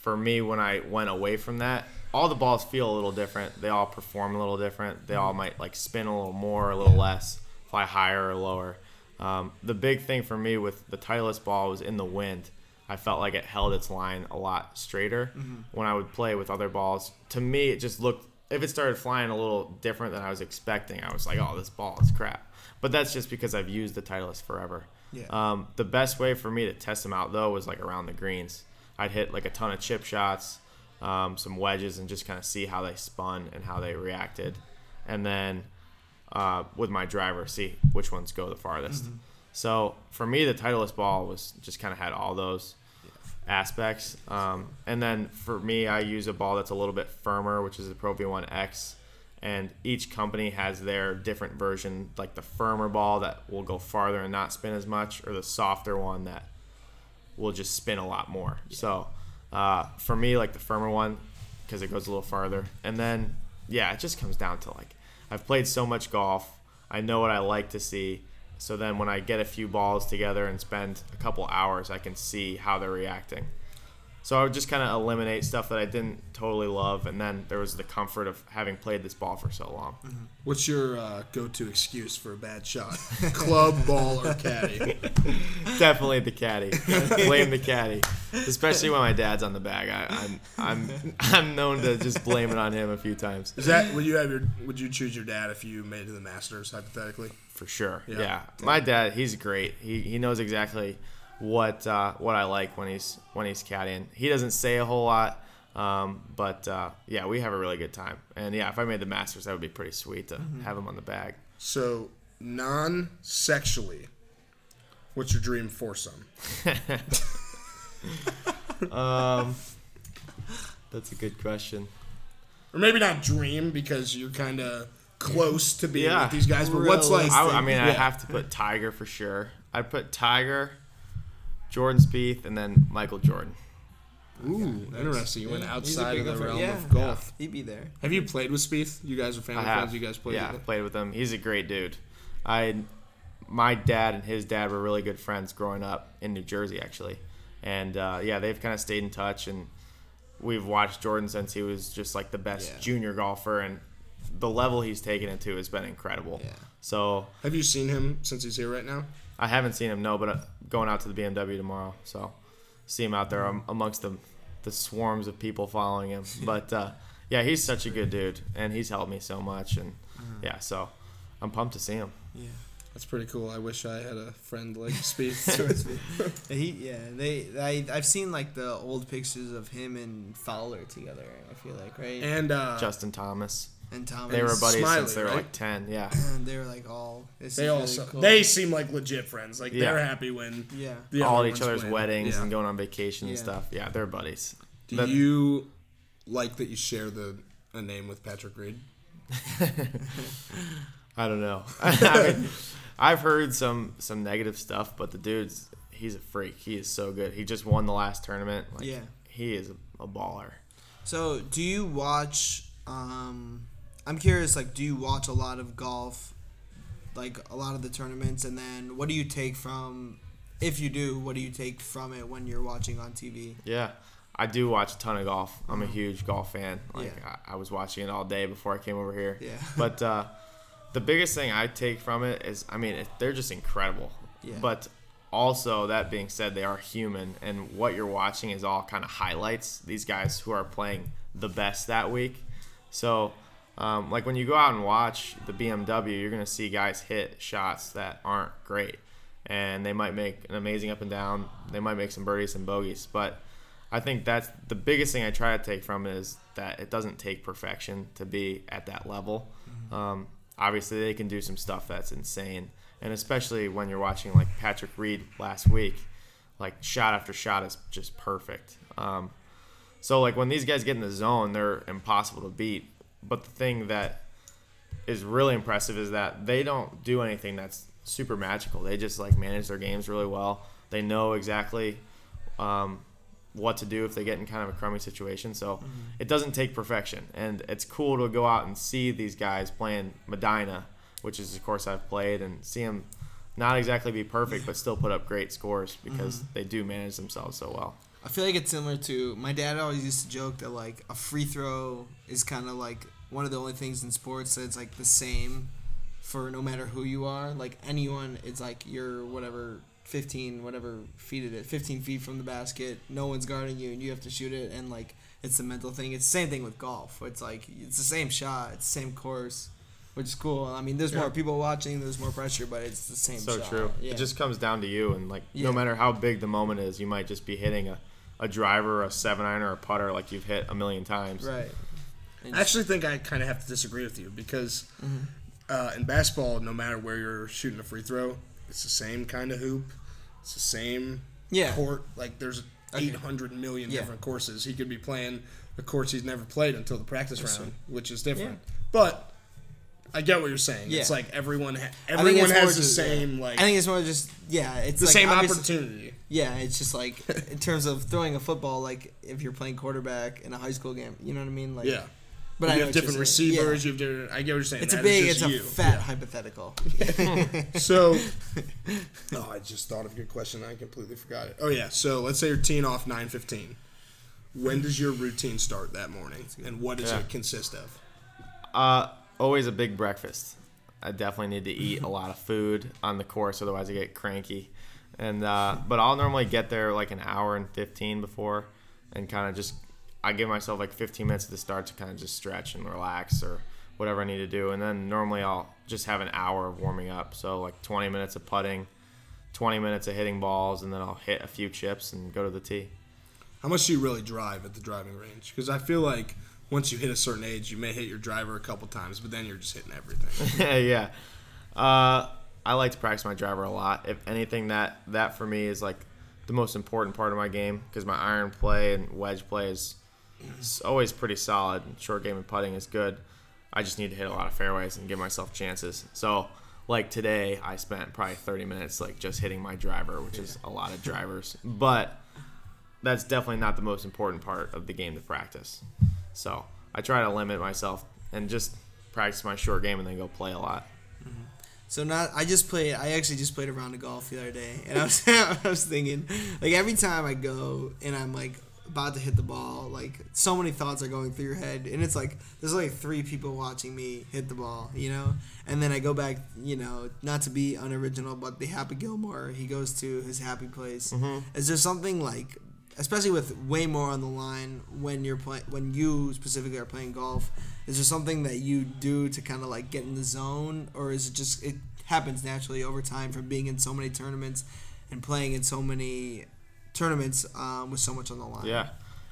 S3: for me, when I went away from that, all the balls feel a little different. They all perform a little different. They all might, like, spin a little more, a little less, fly higher or lower. Um, the big thing for me with the Titleist ball was in the wind. I felt like it held its line a lot straighter when I would play with other balls. To me, it just looked if it started flying a little different than I was expecting. I was like, "Oh, this ball is crap." But that's just because I've used the Titleist forever.
S2: Yeah.
S3: Um, the best way for me to test them out though was like around the greens. I'd hit like a ton of chip shots, um, some wedges, and just kind of see how they spun and how they reacted, and then uh, with my driver, see which ones go the farthest. So for me, the Titleist ball was just kind of had all those aspects. Um, and then for me, I use a ball that's a little bit firmer, which is the Pro V1X. And each company has their different version, like the firmer ball that will go farther and not spin as much, or the softer one that will just spin a lot more. So uh, for me, like the firmer one, because it goes a little farther. And then, yeah, it just comes down to like, I've played so much golf. I know what I like to see. So then when I get a few balls together and spend a couple hours, I can see how they're reacting. So I would just kind of eliminate stuff that I didn't totally love. And then there was the comfort of having played this ball for so long.
S1: What's your uh, go-to excuse for a bad shot? Club, ball, or caddy?
S3: Definitely the caddy. Blame the caddy, especially when my dad's on the bag. I, I'm I'm I'm known to just blame it on him a few times
S1: Is that would you have your? Would you choose your dad if you made it to the Masters hypothetically?
S3: for sure.
S1: Yeah.
S3: Yeah, my dad, he's great. He he knows exactly what uh, what I like when he's when he's caddying. He doesn't say a whole lot, um, but uh, yeah, we have a really good time. And yeah, if I made the Masters, that would be pretty sweet to have him on the bag.
S1: So non-sexually, what's your dream foursome?
S3: Um, that's a good question.
S1: or maybe not dream because you're kind of close to being
S3: Yeah.
S1: with these guys. But what's like?
S3: I, I mean, I
S1: Yeah.
S3: have to put Tiger for sure. I put Tiger, Jordan Spieth, and then Michael Jordan.
S1: Ooh, interesting. You went
S2: Yeah, he's a
S1: outside
S2: big
S1: of the
S2: golfer.
S1: realm
S2: Yeah.
S1: of golf.
S2: He'd be there.
S1: Have you played with Spieth? You guys are family
S3: I have.
S1: friends. You guys played.
S3: yeah,
S1: with him?
S3: played with him. He's a great dude. I, my dad and his dad were really good friends growing up in New Jersey, actually, and uh, yeah, they've kind of stayed in touch, and we've watched Jordan since he was just like the best
S2: Yeah.
S3: junior golfer, and the level he's taken it to has been incredible.
S2: Yeah.
S3: So
S1: Have you seen him since he's here right now?
S3: I haven't seen him, no, but uh, going out to the BMW tomorrow, so see him out there um, amongst the the swarms of people following him. But uh, yeah, he's such a good dude, and he's helped me so much, and yeah, so I'm pumped to see him.
S2: Yeah.
S1: That's pretty cool. I wish I had a friend like Spieth.
S2: He yeah they I I've seen like the old pictures of him and Fowler together. I feel like right and,
S1: and uh,
S3: Justin Thomas,
S2: Thomas.
S3: they were buddies
S1: Smiley,
S3: since they were
S1: right?
S3: like ten. Yeah,
S2: And they were like all. This
S1: they
S2: is
S1: also
S2: really cool.
S1: they seem like legit friends. Like they're
S3: Yeah.
S1: happy when
S2: yeah.
S1: the
S3: all
S1: other
S3: at each
S1: one's
S3: other's
S1: winning.
S3: weddings
S1: Yeah.
S3: and going on vacation and
S2: Yeah.
S3: stuff. Yeah, they're buddies.
S1: Do
S3: That-
S1: you like that you share the a name with Patrick Reed?
S3: I don't know. I mean, I've heard some some negative stuff, but the dude's he's a freak. He is so good. He just won the last tournament. Like,
S2: Yeah.
S3: he is a, a baller.
S2: So do you watch? Um, I'm curious. Like, do you watch a lot of golf? Like a lot of the tournaments, and then what do you take from? If you do, what do you take from it when you're watching on TV?
S3: Yeah, I do watch a ton of golf. I'm a huge golf fan. Like
S2: Mm-hmm. Yeah.
S3: I, I was watching it all day before I came over here.
S2: Yeah.
S3: But uh, the biggest thing I take from it is, I mean, it, they're just incredible.
S2: Yeah.
S3: But also, that being said, they are human, and what you're watching is all kind of highlights. These guys who are playing the best that week. So, um, like when you go out and watch the BMW, you're gonna see guys hit shots that aren't great, and they might make an amazing up and down. They might make some birdies and bogeys, but I think that's the biggest thing I try to take from it is that it doesn't take perfection to be at that level. Um, obviously, they can do some stuff that's insane, and especially when you're watching like Patrick Reed last week, like shot after shot is just perfect. Um, so like when these guys get in the zone, they're impossible to beat. But the thing that is really impressive is that they don't do anything that's super magical. They just like manage their games really well. They know exactly um, what to do if they get in kind of a crummy situation. So it doesn't take perfection, and it's cool to go out and see these guys playing Medina, which is of course I've played, and see them not exactly be perfect, but still put up great scores because they do manage themselves so well.
S2: I feel like it's similar to my dad always used to joke that like a free throw is kind of like one of the only things in sports that's like the same for no matter who you are. Like anyone, it's like you're whatever fifteen whatever feet it is, fifteen feet from the basket. No one's guarding you, and you have to shoot it. And like it's the mental thing. It's the same thing with golf. It's like it's the same shot, it's the same course, which is cool. I mean, there's more people watching, there's more pressure, but it's the same.
S3: So
S2: shot.
S3: true.
S2: Yeah.
S3: It just comes down to you, and like
S2: Yeah.
S3: no matter how big the moment is, you might just be hitting a, a driver, a seven iron, or a putter like you've hit a million times.
S2: right.
S1: I actually think I kind of have to disagree with you because
S2: Mm-hmm.
S1: uh, in basketball, no matter where you're shooting a free throw, it's the same kind of hoop. It's the same
S2: Yeah.
S1: court. Like there's
S2: Okay.
S1: 800 million
S2: Yeah.
S1: different courses. He could be playing a course he's never played until the practice round, which is different.
S2: Yeah.
S1: But I get what you're saying. It's
S2: Yeah.
S1: like everyone ha-
S2: I think
S1: everyone
S2: it's more
S1: has the
S2: just-
S1: same like
S2: I think it's more just yeah, it's
S1: the
S2: like
S1: same
S2: obvious-
S1: opportunity.
S2: Yeah, it's just like in terms of throwing a football, like if you're playing quarterback in a high school game, you know what I mean? Like,
S1: Yeah.
S2: but I
S1: you
S2: know
S1: have
S2: what you're
S1: different
S2: saying. Yeah.
S1: receivers. You have different. I get what you're saying.
S2: It's a
S1: That
S2: big,
S1: is
S2: it's
S1: just
S2: a
S1: you.
S2: fat hypothetical.
S1: So, oh, I just thought of a good question. I completely forgot it. Oh yeah. So let's say you're teeing off nine fifteen. When does your routine start that morning, and what does
S3: Yeah.
S1: it consist of?
S3: Uh, always a big breakfast. I definitely need to eat a lot of food on the course, otherwise I get cranky. And uh, but I'll normally get there like an hour and fifteen before, and kind of just I give myself like fifteen minutes at the start to kind of just stretch and relax or whatever I need to do. And then normally I'll just have an hour of warming up, so like twenty minutes of putting, twenty minutes of hitting balls, and then I'll hit a few chips and go to the tee.
S1: How much do you really drive at the driving range? Because I feel like once you hit a certain age, you may hit your driver a couple times, but then you're just hitting everything.
S3: yeah. Uh, I like to practice my driver a lot. If anything, that that for me is like the most important part of my game because my iron play and wedge play is it's always pretty solid. Short game and putting is good. I just need to hit a lot of fairways and give myself chances. So, like today, I spent probably 30 minutes like just hitting my driver, which is a lot of drivers. But that's definitely not the most important part of the game to practice. So I try to limit myself and just practice my short game and then go play a lot.
S2: So not I just played I actually just played a round of golf the other day and I was I was thinking like every time I go and I'm like about to hit the ball like so many thoughts are going through your head and it's like there's like three people watching me hit the ball you know and then I go back you know not to be unoriginal but the Happy Gilmore he goes to his happy place is there something like especially with way more on the line when you're play- when you specifically are playing golf is there something that you do to kind of like get in the zone or is it just it happens naturally over time from being in so many tournaments and playing in so many tournaments um, with so much on the line
S3: Yeah,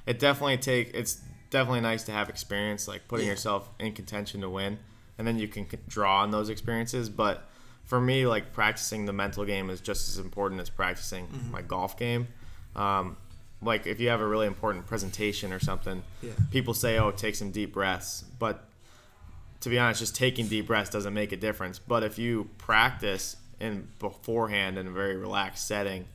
S3: it definitely take. It's definitely nice to have experience, like putting
S2: Yeah.
S3: yourself in contention to win, and then you can c- draw on those experiences. But for me, like practicing the mental game is just as important as practicing
S2: Mm-hmm.
S3: my golf game. Um, like if you have a really important presentation or something,
S2: Yeah.
S3: people say, "Oh, take some deep breaths," but to be honest, just taking deep breaths doesn't make a difference. But if you practice in beforehand in a very relaxed setting,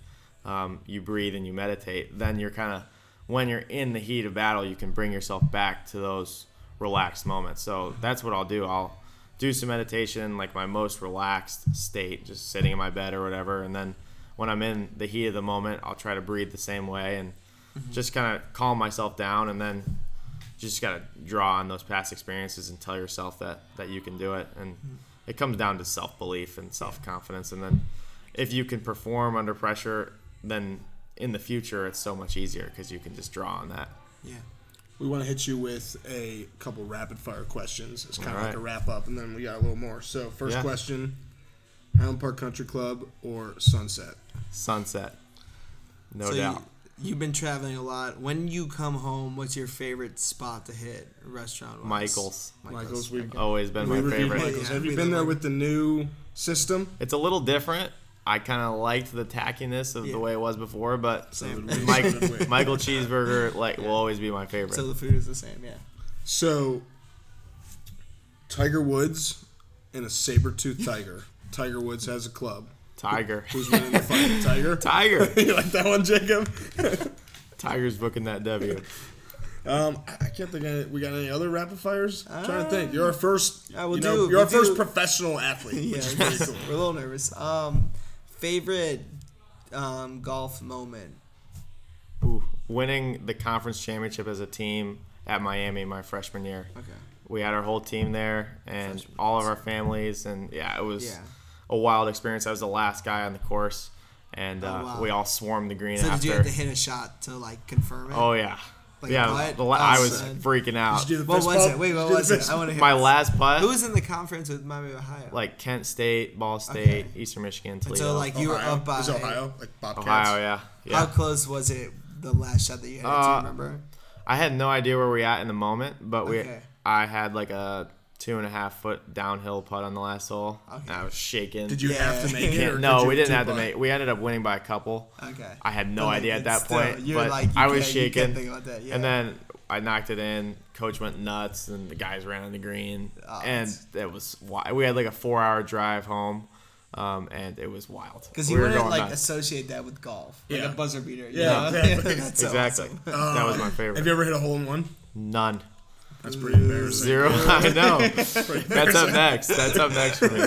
S3: um, you breathe and you meditate, then you're kind of when you're in the heat of battle, you can bring yourself back to those relaxed moments. So that's what I'll do. I'll do some meditation, like my most relaxed state, just sitting in my bed or whatever, and then when I'm in the heat of the moment, I'll try to breathe the same way and just kind of calm myself down, and then you just gotta draw on those past experiences and tell yourself that that you can do it and it comes down to self-belief and self-confidence and then if you can perform under pressure then in the future it's so much easier because you can just draw on that
S2: yeah
S1: We want to hit you with a couple rapid fire questions. It's kind of
S3: All
S1: like
S3: right.
S1: a wrap up, and then we got a little more. So, first
S3: Yeah.
S1: question Highland Park Country Club or Sunset?
S3: sunset no
S2: so
S3: doubt
S2: You, have been traveling a lot when you come home what's your favorite spot to hit restaurant
S3: michael's
S1: Michael's, we've
S3: always been
S1: we
S3: my
S1: reviewed
S3: favorite
S1: Michael's.
S2: Yeah,
S1: Have you
S2: we
S1: been
S2: love
S1: there
S2: it.
S1: with the new system?
S3: it's a little different i kind of liked the tackiness of
S2: Yeah.
S3: the way it was before but
S1: So did we.
S3: Mike,
S1: So did we.
S3: michael cheeseburger like will always be my favorite
S2: so the food is the same yeah
S1: So, Tiger Woods and a saber tooth tiger. Tiger Woods has a club.
S3: tiger
S1: Who's winning the fight? Tiger?
S3: tiger
S1: you like that one, Jacob?
S3: tiger's booking that w
S1: Um, I I can't think of any, we got any other rapid fires. I'm trying to think. You're our first.
S2: Um, I will
S1: you know,
S2: do-
S1: You're our
S2: we
S1: first
S2: do-
S1: professional athlete,
S2: yeah,
S1: which is pretty cool.
S2: we're a little nervous. Um, favorite um, golf moment.
S3: Ooh, winning the conference championship as a team at Miami my freshman year.
S2: Okay.
S3: We had our whole team there and
S2: Freshman,
S3: all of our families, and yeah, it was
S2: Yeah.
S3: a wild experience. I was the last guy on the course, and uh,
S2: Oh, wow.
S3: we all swarmed the green
S2: So did
S3: after.
S2: you have to hit a shot to like confirm it?
S3: oh yeah,
S2: Like
S3: yeah.
S2: what?
S3: the la- I
S2: Oh,
S3: was
S2: son.
S3: freaking out.
S1: Did you do the
S2: What
S1: fist
S2: was
S1: bump?
S2: it? Wait,
S1: Did you
S2: what
S1: do the
S2: was it?
S1: fist
S2: I want to hear.
S3: My
S2: this.
S3: last putt,
S2: Who was in the conference with Miami, Ohio?
S3: like Kent State, Ball State, Eastern Michigan, Toledo,
S2: so like you were
S1: Ohio?
S2: up by.
S1: Is it Ohio? Like Bobcats?
S3: Ohio. Yeah, yeah.
S2: How close was it? The last shot that you had. do you
S3: Uh,
S2: remember?
S3: I had no idea where we at in the moment, but we
S2: Okay.
S3: I had like a two and a half foot downhill putt on the last hole. And I was shaking.
S1: Did you
S2: Yeah.
S1: have to make it?
S3: Can't-
S1: or
S3: no,
S1: did you
S3: we didn't
S1: do
S3: have to
S1: both?
S3: make. We ended up winning by a couple.
S2: Okay.
S3: I had no
S2: But, like,
S3: idea at that
S2: it's still-
S3: point,
S2: you're
S3: but
S2: like, you
S3: I was
S2: can't- you can't
S3: shaking.
S2: think about that, yeah.
S3: And then I knocked it in. Coach went nuts, and the guys ran on the green,
S2: Oh,
S3: and it was wild. We had like a four-hour drive home, um, and it was wild.
S2: Because
S3: we
S2: you
S3: were
S2: wouldn't
S3: going
S2: like
S3: nuts.
S2: associate that with golf, like
S1: Yeah.
S2: a buzzer beater. you
S1: Yeah,
S2: know?
S1: exactly.
S2: That's so
S3: exactly.
S2: awesome.
S3: that was my favorite.
S1: Um, Have you ever hit a hole in one?
S3: None.
S1: That's pretty embarrassing.
S3: Zero. I know. That's up next. That's up next for me.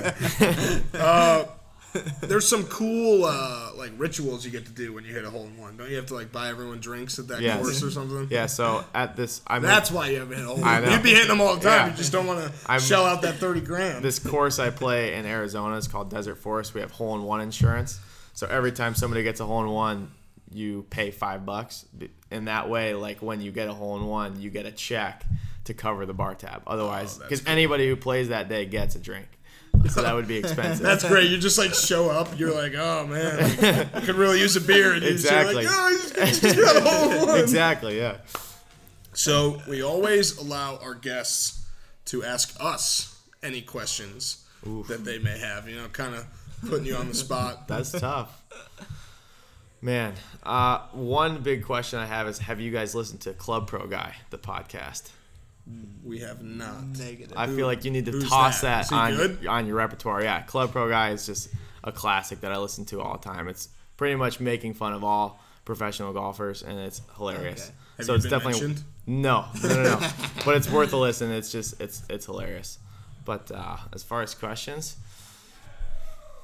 S1: There's some cool uh, like rituals you get to do when you hit a hole in one. Don't you have to like buy everyone drinks at that
S3: Yes.
S1: course or something?
S3: Yeah. So at this, I mean,
S1: That's why you haven't hit a hole. in
S3: I
S1: one.
S3: know.
S1: You'd be hitting them all the time.
S3: Yeah.
S1: You just don't want to
S3: I'm-
S1: shell out that thirty grand.
S3: this course I play in Arizona is called Desert Forest. We have hole in one insurance. So every time somebody gets a hole in one, you pay five bucks. And that way, like when you get a hole in one, you get a check to cover the bar tab. Otherwise,
S1: Oh, that's
S3: because anybody who plays that day gets a drink. So that would be expensive.
S1: That's great. You just like show up. You're like, oh man, I could really use a beer. And
S3: Exactly.
S1: You're like, oh, I just, just got a whole one.
S3: exactly. Yeah.
S1: So we always allow our guests to ask us any questions that they may have. You know, kind of putting you on the spot.
S3: That's tough. Man, uh, one big question I have is: Have you guys listened to Club Pro Guy, the podcast?
S1: We have not.
S4: Negative.
S3: I feel like you need to
S1: who's
S3: toss
S1: that?
S3: that,
S1: Is he
S3: on
S1: good?
S3: on your repertoire. Yeah, Club Pro Guy is just a classic that I listen to all the time. It's pretty much making fun of all professional golfers, and it's hilarious.
S4: Okay.
S1: Have
S3: so
S1: you
S3: it's
S1: been
S3: definitely
S1: mentioned?
S3: no, no, no, no. but it's worth a listen. It's just it's it's hilarious. But uh, as far as questions,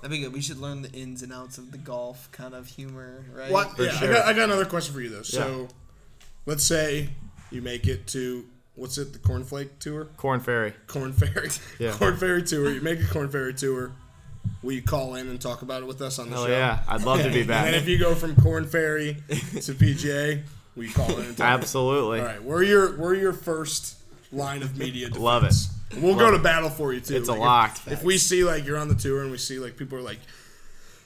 S4: I think we should learn the ins and outs of the golf kind of humor, right?
S1: What?
S3: For
S1: yeah,
S3: sure.
S1: I, got, I got another question for you though. So, let's say you make it to what's it? The Cornflake Tour,
S3: Corn Ferry.
S1: Corn Fairy,
S3: Yeah.
S1: Corn Fairy Tour. You make a Corn Fairy Tour. Will you call in and talk about it with us on the
S3: Hell
S1: show?
S3: yeah, I'd love to be
S1: And
S3: back.
S1: if you go from Corn Fairy to PGA, will you call in and talk?
S3: Absolutely.
S1: All right, we're your we're your first line of media. Defense.
S3: Love it.
S1: And We'll
S3: Love
S1: go
S3: it.
S1: to battle for you too.
S3: It's a
S1: Like, if-
S3: lock.
S1: If, we see like you're on the tour and we see like people are like,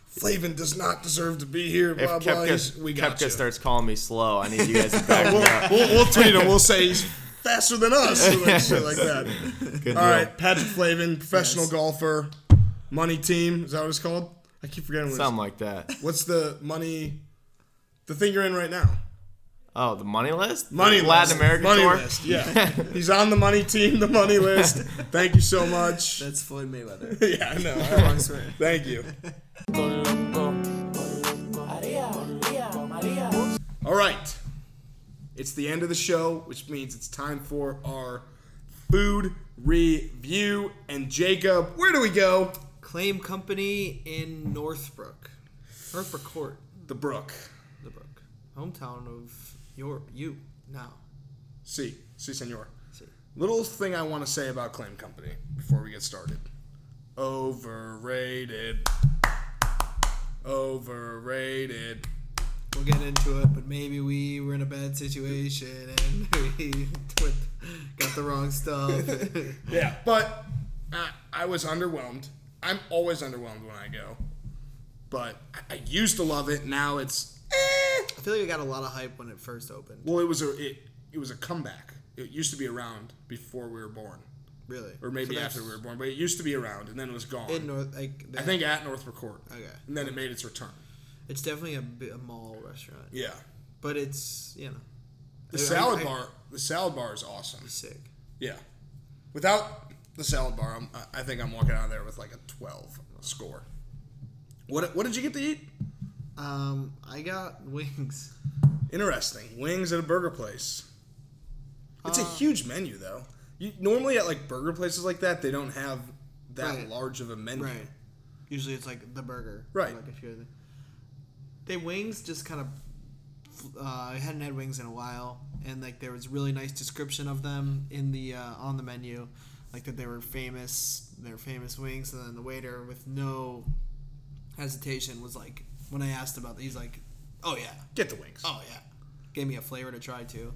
S1: Flavin does not deserve to be here.
S3: If
S1: Blah blah. he's-
S3: Kepka,
S1: we got
S3: Kepka
S1: you.
S3: starts calling me slow, I need you guys to back me
S1: we'll,
S3: up.
S1: we'll, we'll tweet him. We'll say he's faster than us. or, Like, shit like that.
S3: Good
S1: All
S3: deal.
S1: right, Patrick Flavin, professional golfer, money team. Is that what it's called? I keep forgetting what
S3: Something like that.
S1: it's What's the money? The thing you're in right now.
S3: Oh, the money list? The
S1: Money
S3: Latin
S1: list.
S3: American
S1: money
S3: tour?
S1: list. Yeah, he's on the money team, the money list. Thank you so much.
S4: That's Floyd Mayweather.
S1: yeah, I know. I
S4: I
S1: know.
S4: swear.
S1: Thank you. All right, it's the end of the show, which means it's time for our food review. And Jacob, where do we go?
S2: Claim Company in Northbrook. Northbrook Court,
S1: The Brook.
S2: the Brook. Hometown of your you now.
S1: See, see, senor.
S2: See.
S1: Little thing I want to say about Claim Company before we get started. Overrated. Overrated.
S2: We'll get into it, but maybe we were in a bad situation and we went- got the wrong stuff.
S1: Yeah, but uh, I was underwhelmed. I'm always underwhelmed when I go, but I, I used to love it. Now it's eh.
S2: I feel like it got a lot of hype when it first opened.
S1: well, it was a it, it was a comeback. It used to be around before we were born,
S2: Really,
S1: or maybe
S2: So that's
S1: after we were born, but it used to be around, and then it was gone.
S2: in North. Like
S1: I think at Northrop Court,
S2: Okay.
S1: and then it made its return.
S2: it's definitely a, bi- a mall restaurant,
S1: Yeah,
S2: but it's you know
S1: the
S2: I-
S1: salad
S2: I-
S1: bar, the salad bar is awesome.
S2: sick.
S1: Yeah, without the salad bar, I'm, I- I think I'm walking out of there with like a 12 score. What what did you get to eat?
S2: Um, I got wings.
S1: Interesting. Wings at a burger place. It's
S2: Uh,
S1: a huge menu though. You normally at like burger places like that, they don't have that
S2: Right.
S1: large of a menu.
S2: Right. Usually it's like the burger.
S1: Right.
S2: Like a few other. They wings just kind of. Uh, I hadn't had wings in a while, and like there was really nice description of them in the uh, on the menu, like that they were famous. They're famous wings, and then the waiter with no hesitation was like, when I asked about, he's like, "Oh yeah,
S1: Get the wings.
S2: oh yeah," gave me a flavor to try too.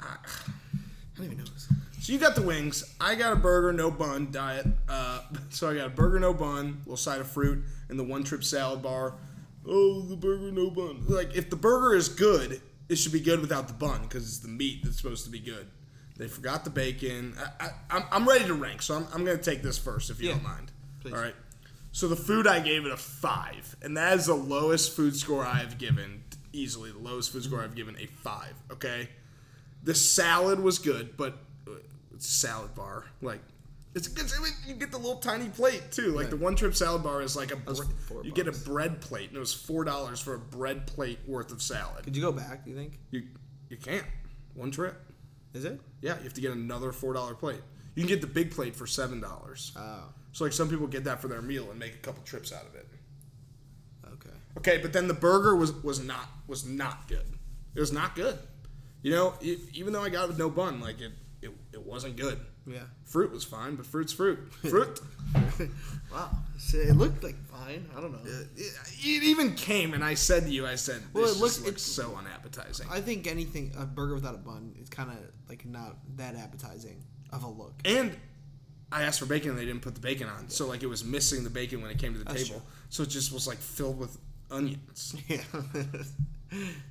S2: Ah. I don't even know. this.
S1: So you got the wings. I got a burger, no bun diet. Uh, so I got a burger, no bun, little side of fruit, and the one trip salad bar. Oh, the burger, no bun. Like if the burger is good, it should be good without the bun because it's the meat that's supposed to be good. They forgot the bacon. I, I, I'm, I'm ready to rank, so I'm, I'm going to take this first if you
S2: Yeah.
S1: don't mind.
S2: Please.
S1: All right. So the food I gave it a five, and that is the lowest food score I've given easily. The lowest food score I've given a five. Okay. The salad was good, but uh, it's a salad bar. Like it's good. I mean, you get the little tiny plate too. Like the one trip salad bar is like a
S2: was
S1: bre-
S2: four
S1: you get a
S2: bucks.
S1: bread plate, and it was four dollars for a bread plate worth of salad.
S2: Could you go back? You think?
S1: You you can't one trip.
S2: Is it?
S1: Yeah, you have to get another four dollar plate. You can get the big plate for seven dollars.
S2: Oh,
S1: So like some people get that for their meal and make a couple trips out of it.
S2: okay.
S1: Okay, but then the burger was was not was not good. It was not good. You know, e- even though I got it with no bun, like it it, it wasn't good.
S2: Yeah.
S1: Fruit was fine, but fruit's fruit. Fruit.
S2: Wow. So it looked like fine. I don't know.
S1: it uh, it even came, and I said to you, I said, "This
S2: Well, it
S1: just
S2: looks-
S1: looks,
S2: it's-
S1: so unappetizing."
S2: I think anything a burger without a bun is kind of like not that appetizing of a look.
S1: and I asked for bacon, and they didn't put the bacon on, so like it was missing the bacon when it came to the
S2: That's
S1: table.
S2: true.
S1: So it just was like filled with onions.
S2: Yeah.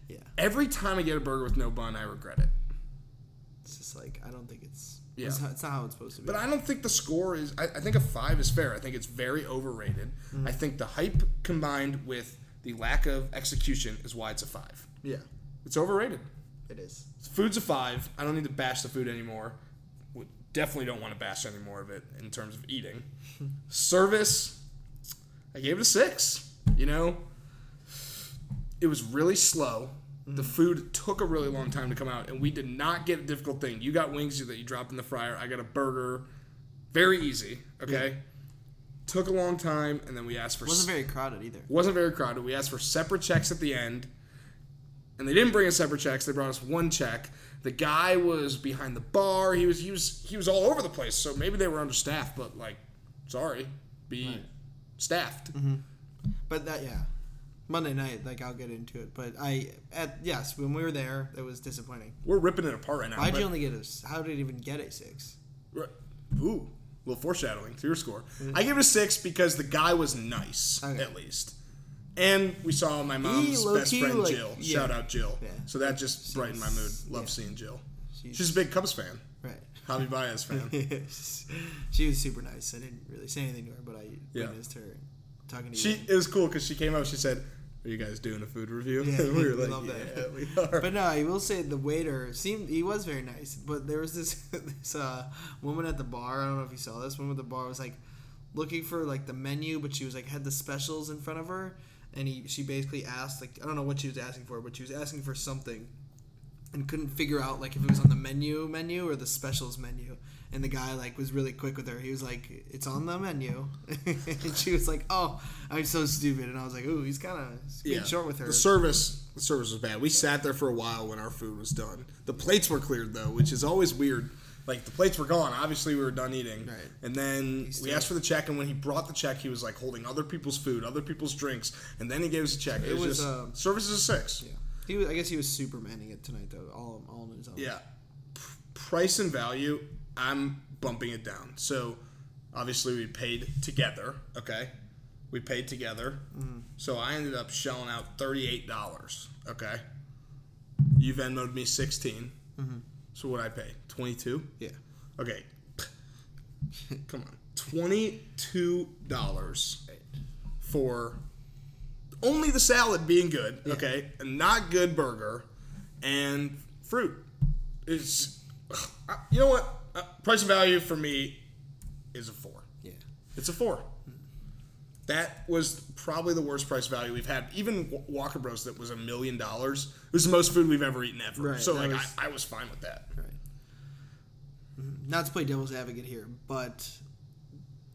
S2: yeah.
S1: Every time I get a burger with no bun, I regret it.
S2: It's just like I don't think it's.
S1: Yeah.
S2: It's, not, it's not how it's supposed to be.
S1: But I don't think the score is. I, I think a five is fair. I think it's very overrated. I think the hype combined with The lack of execution is why it's a five.
S5: Yeah,
S1: It's overrated.
S5: it is.
S1: Food's a five. I don't need to bash the food anymore. We definitely don't want to bash any more of it in terms of eating. Service, I gave it a six. You know, it was really slow.
S2: Mm.
S1: The food took a really long time to come out, and we did not get a difficult thing. You got wings that you dropped in the fryer. I got a burger. Very easy. Okay. Took a long time, and then we asked for
S2: wasn't very crowded either.
S1: wasn't very crowded. We asked for separate checks at the end, and they didn't bring us separate checks. They brought us one check. The guy was behind the bar. He was he was he was all over the place. So maybe they were understaffed, but like, sorry, be staffed.
S2: Mm-hmm. But that yeah, Monday night like I'll get into it. But I at yes when we were there it was disappointing.
S1: We're ripping it apart right now.
S2: Why'd
S1: but-
S2: you only get a s- how did it even get a six?
S1: Right. Ooh, a little foreshadowing to your score. I give it a six because the guy was nice,
S2: Mm-hmm. Okay.
S1: at least. And we saw my mom's
S2: low
S1: best
S2: key,
S1: friend
S2: like-
S1: Jill.
S2: yeah.
S1: Shout out Jill.
S2: Yeah.
S1: So that just brightened my mood. Love
S2: yeah.
S1: seeing Jill.
S2: She's-
S1: She's a big Cubs fan.
S2: Right.
S1: Javi Baez fan.
S2: she was super nice. I didn't really say anything to her, but I
S1: Yeah.
S2: witnessed her talking to you.
S1: She it was cool because she came up. She said, "Are you guys doing a food review?"
S2: Yeah,
S1: we were
S2: we
S1: like,
S2: love
S1: "Yeah,
S2: that.
S1: we are."
S2: But no, I will say the waiter seemed he was very nice. But there was this this uh, woman at the bar. I don't know if you saw this. Woman at the bar was like looking for like the menu, but she was like had the specials in front of her, and he she basically asked like I don't know what she was asking for, but she was asking for something, and couldn't figure out like if it was on the menu menu or the specials menu. And the guy like was really quick with her. He was like, "It's on the menu," and she was like, "Oh, I'm so stupid." And I was like, "Ooh, he's kind of
S1: yeah.
S2: short with her."
S1: The service, the service was bad. We sat there for a while when our food was done. The plates were cleared though, which is always weird. Like the plates were gone. Obviously, we were done eating.
S2: Right.
S1: And then we asked for the check, and when he brought the check, he was like holding other people's food, other people's drinks, and then he gave us a check. It, was,
S2: was,
S1: just,
S2: um,
S1: service is a six.
S2: Yeah. He was, I guess he was supermaning it tonight though, all all on his own.
S1: Yeah. P- price and value, I'm bumping it down. So obviously we paid together, okay? We paid together. So I ended up shelling out $38, okay? You Venmoed me 16. So what I pay? 22?
S2: Yeah.
S1: Okay. Come on. $22 for only the salad being good, okay? A not good burger and fruit. Is you know what? Uh, price and value for me is a 4.
S2: Yeah.
S1: It's a 4. That was probably the worst price value we've had. Even Wa- Walker Bros that was a million dollars. It was the most food we've ever eaten ever.
S2: Right,
S1: so
S2: that
S1: like
S2: was-
S1: I, I was fine with that.
S2: Right. Mhm. Not to play devil's advocate here, but